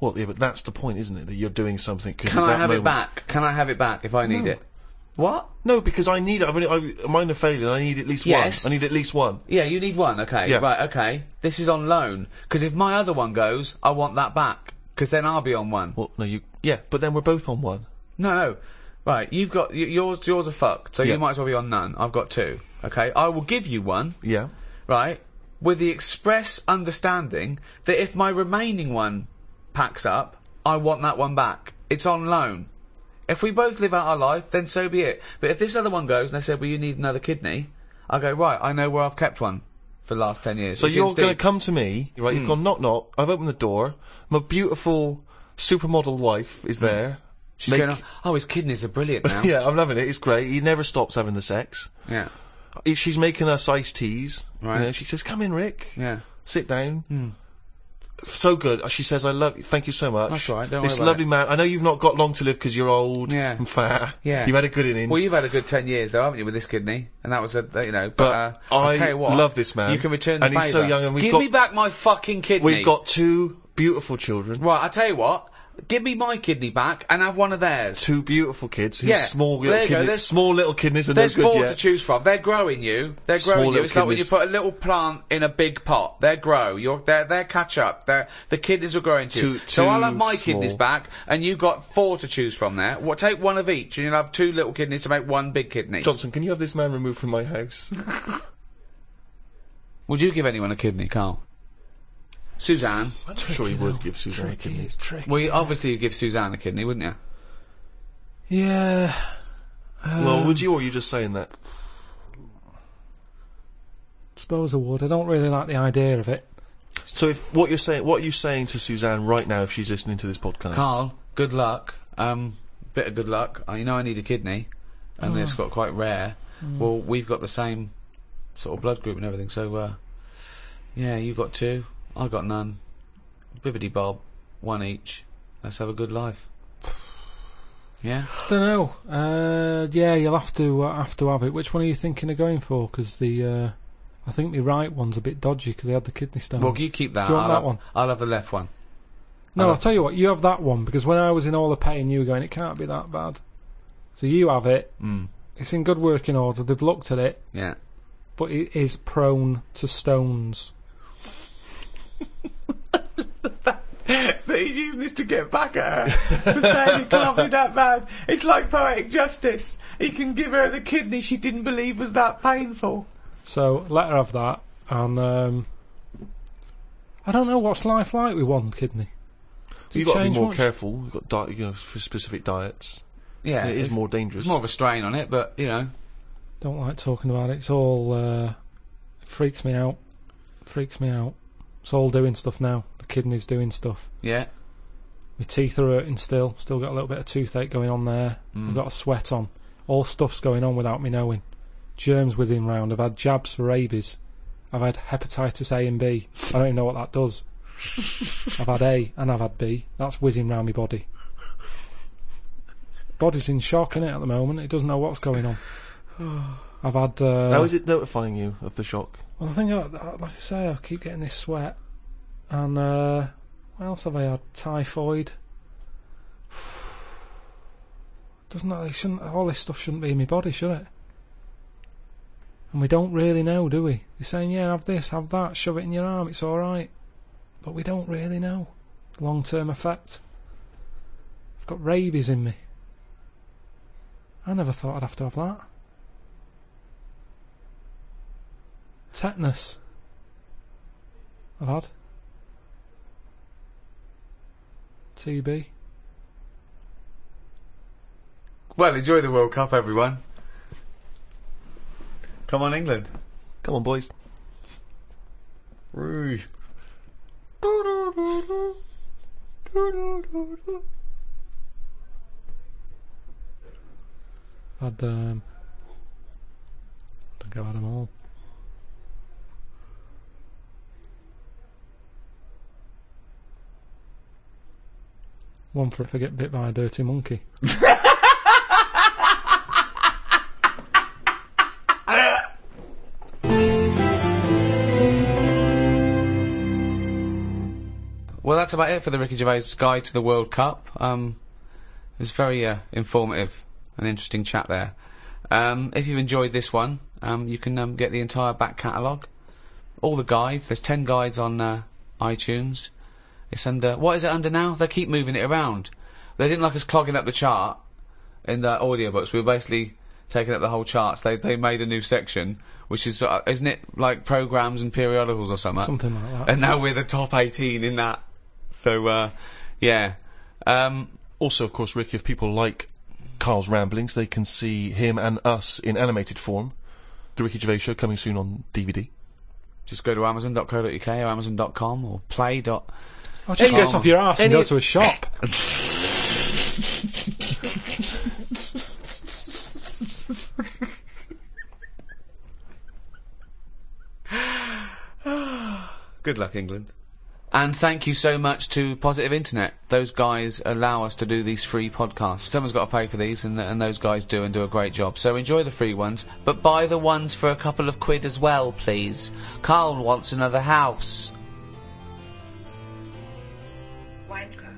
[SPEAKER 3] Well, yeah, but that's the point, isn't it? That you're doing something. Cause
[SPEAKER 1] Can
[SPEAKER 3] at
[SPEAKER 1] I
[SPEAKER 3] that
[SPEAKER 1] have it
[SPEAKER 3] moment-
[SPEAKER 1] back? Can I have it back if I need
[SPEAKER 3] No.
[SPEAKER 1] it? What?
[SPEAKER 3] No, because I need. I've only. I've, mine are failing. I need at least
[SPEAKER 1] Yes.
[SPEAKER 3] one. I need at least one.
[SPEAKER 1] Yeah, you need one. Okay,
[SPEAKER 3] Yeah.
[SPEAKER 1] right. Okay, this is on loan because if my other one goes, I want that back because then I'll be on one.
[SPEAKER 3] Well, no, you. Yeah, but then we're both on one.
[SPEAKER 1] No, no. Right, you've got y- yours. Yours are fucked, so
[SPEAKER 3] Yeah.
[SPEAKER 1] you might as well be on none. I've got two. Okay, I will give you one.
[SPEAKER 3] Yeah.
[SPEAKER 1] Right, with the express understanding that if my remaining one packs up, I want that one back. It's on loan. If we both live out our life, then so be it. But if this other one goes and they said, "Well, you need another kidney," I go right. I know where I've kept one for the last ten years.
[SPEAKER 3] So
[SPEAKER 1] It's Hmm.
[SPEAKER 3] you're
[SPEAKER 1] in Steve.
[SPEAKER 3] going to come to me, right? You've gone knock knock. I've opened the door. My beautiful supermodel wife is there.
[SPEAKER 1] Hmm. She's
[SPEAKER 3] Make-
[SPEAKER 1] going, off, oh, his kidneys are brilliant now.
[SPEAKER 3] Yeah, I'm loving it. It's great. He never stops having the sex.
[SPEAKER 1] yeah,
[SPEAKER 3] If she's making us iced teas.
[SPEAKER 1] Right.
[SPEAKER 3] You know, she says, "Come in, Rick.
[SPEAKER 1] yeah.
[SPEAKER 3] Sit down."
[SPEAKER 1] Hmm.
[SPEAKER 3] So good. Uh, She says, "I love you. Thank you so much."
[SPEAKER 1] That's all right, don't
[SPEAKER 3] this
[SPEAKER 1] worry about
[SPEAKER 3] lovely man. I know you've not got long to live because you're old
[SPEAKER 1] Yeah.
[SPEAKER 3] and fat.
[SPEAKER 1] Yeah.
[SPEAKER 3] You've had a good innings.
[SPEAKER 1] Well, you've had a good ten years though, haven't you, with this kidney? And that was a, you know. But,
[SPEAKER 3] But
[SPEAKER 1] uh, I'll
[SPEAKER 3] I
[SPEAKER 1] tell you what,
[SPEAKER 3] love this man.
[SPEAKER 1] You can return the
[SPEAKER 3] And he's so
[SPEAKER 1] favour.
[SPEAKER 3] young and we've
[SPEAKER 1] give
[SPEAKER 3] got-
[SPEAKER 1] me back my fucking kidney.
[SPEAKER 3] We've got two beautiful children.
[SPEAKER 1] right. I tell you what, give me my kidney back and have one of theirs.
[SPEAKER 3] Two beautiful kids. whose
[SPEAKER 1] Yeah,
[SPEAKER 3] small
[SPEAKER 1] there
[SPEAKER 3] little
[SPEAKER 1] you go,
[SPEAKER 3] kidney-
[SPEAKER 1] there's-
[SPEAKER 3] small little kidneys are no
[SPEAKER 1] There's
[SPEAKER 3] good
[SPEAKER 1] four
[SPEAKER 3] yet.
[SPEAKER 1] to choose from. They're growing you. They're
[SPEAKER 3] Small
[SPEAKER 1] growing you.
[SPEAKER 3] little
[SPEAKER 1] It's like when you
[SPEAKER 3] kidneys.
[SPEAKER 1] put a little plant in a big pot. They grow. You're they they catch up. They're, the kidneys are growing to. you.
[SPEAKER 3] Too-
[SPEAKER 1] so I'll
[SPEAKER 3] too
[SPEAKER 1] have my
[SPEAKER 3] small.
[SPEAKER 1] kidneys back, and you've got four to choose from there. Well, take one of each, and you'll have two little kidneys to make one big kidney.
[SPEAKER 3] Johnson, can you have this man removed from my house?
[SPEAKER 1] Would you give anyone a kidney, Carl? Suzanne.
[SPEAKER 3] I'm sure he would give Suzanne a kidney.
[SPEAKER 2] it's tricky.
[SPEAKER 1] Well, you, obviously you'd give Suzanne a kidney, wouldn't you?
[SPEAKER 2] Yeah.
[SPEAKER 3] well, would you, or are you just saying that?
[SPEAKER 2] Suppose I would. I don't really like the idea of it.
[SPEAKER 3] So, if what you're saying, what are you saying to Suzanne right now, if she's listening to this podcast?
[SPEAKER 1] Carl, good luck. Um, bit of good luck. I, you know, I need a kidney, and it's got quite rare. Well, we've got the same sort of blood group and everything. So, uh, yeah, you got two, I got none. Bibbidi bob, one each. Let's have a good life. Yeah,
[SPEAKER 2] Don't know. Uh, yeah, you'll have to uh, have to have it. Which one are you thinking of going for? Because the uh, I think the right one's a bit dodgy because they had the kidney stones.
[SPEAKER 1] well, you keep that.
[SPEAKER 2] Do you want
[SPEAKER 1] I'll
[SPEAKER 2] that
[SPEAKER 1] have,
[SPEAKER 2] one?
[SPEAKER 1] I'll have the left one.
[SPEAKER 2] no, I'll tell you what. You have that one because when I was in all the pain, you were going, "It can't be that bad." So you have it.
[SPEAKER 1] Mm.
[SPEAKER 2] It's in good working order. They've looked at it,
[SPEAKER 1] Yeah.
[SPEAKER 2] but it is prone to stones.
[SPEAKER 1] He's using this to get back at her. saying it can't be that bad. It's like poetic justice. He can give her the kidney she didn't believe was that painful.
[SPEAKER 2] So let her have that, and um, I don't know what's life like with one kidney. Does
[SPEAKER 3] You've
[SPEAKER 2] it
[SPEAKER 3] got to be
[SPEAKER 2] change
[SPEAKER 3] more
[SPEAKER 2] much?
[SPEAKER 3] careful. You've got diet, you know, for specific diets.
[SPEAKER 1] Yeah,
[SPEAKER 3] it is
[SPEAKER 1] it's-
[SPEAKER 3] more dangerous.
[SPEAKER 1] It's more of a strain on it, but you know,
[SPEAKER 2] Don't like talking about it. It's all uh, it freaks me out. Freaks me out. It's all doing stuff now. The kidneys doing stuff.
[SPEAKER 1] yeah.
[SPEAKER 2] My teeth are hurting still. Still got a little bit of toothache going on there. I've got a sweat on. All stuff's going on without me knowing. Germs within round. I've had jabs for rabies. I've had hepatitis A and B. I don't even know what that does. I've had A and I've had B. That's whizzing round my body. Body's in shock, innit, at the moment. It doesn't know what's going on. I've had. Uh,
[SPEAKER 3] How is it notifying you of the shock?
[SPEAKER 2] well, I think, I, I- like I say, I keep getting this sweat. And uh, what else have I had? Typhoid. Doesn't that, they shouldn't, all this stuff shouldn't be in my body, should it? And we don't really know, do we? They're saying, yeah, have this, have that, shove it in your arm, it's alright. But we don't really know. Long term effect. I've got rabies in me. I never thought I'd have to have that. Tetanus. I've had. TB.
[SPEAKER 1] Well, enjoy the World Cup, everyone. Come on, England.
[SPEAKER 3] Come on, boys.
[SPEAKER 2] I've had, um. I think I've had them all. One for if I get bit by a dirty monkey.
[SPEAKER 1] Well, that's about it for the Ricky Gervais Guide to the World Cup. Um, it was very uh, informative and interesting chat there. Um, if you've enjoyed this one, um, you can um, get the entire back catalogue, all the guides. There's ten guides on uh, iTunes. It's under what is it under now? They keep moving it around. They didn't like us clogging up the chart in the audiobooks. We were basically taking up the whole charts. They they made a new section, which is uh, isn't it like programs and periodicals or something?
[SPEAKER 2] Something like that.
[SPEAKER 1] and now we're the top 18 in that. So, uh, yeah. Um,
[SPEAKER 3] Also, of course, Rick, if people like Carl's ramblings, they can see him and us in animated form. The Ricky Gervais Show coming soon on DVD.
[SPEAKER 1] just go to amazon.co.uk or amazon.com or play. Dot-
[SPEAKER 2] I'll just
[SPEAKER 1] Any-
[SPEAKER 2] get off your ass and
[SPEAKER 3] any-
[SPEAKER 2] go to a shop.
[SPEAKER 1] Good luck, England. And thank you so much to Positive Internet. Those guys allow us to do these free podcasts. Someone's got to pay for these, and, and those guys do and do a great job. So enjoy the free ones, but buy the ones for a couple of quid as well, please. Carl wants another house.
[SPEAKER 5] Wanker.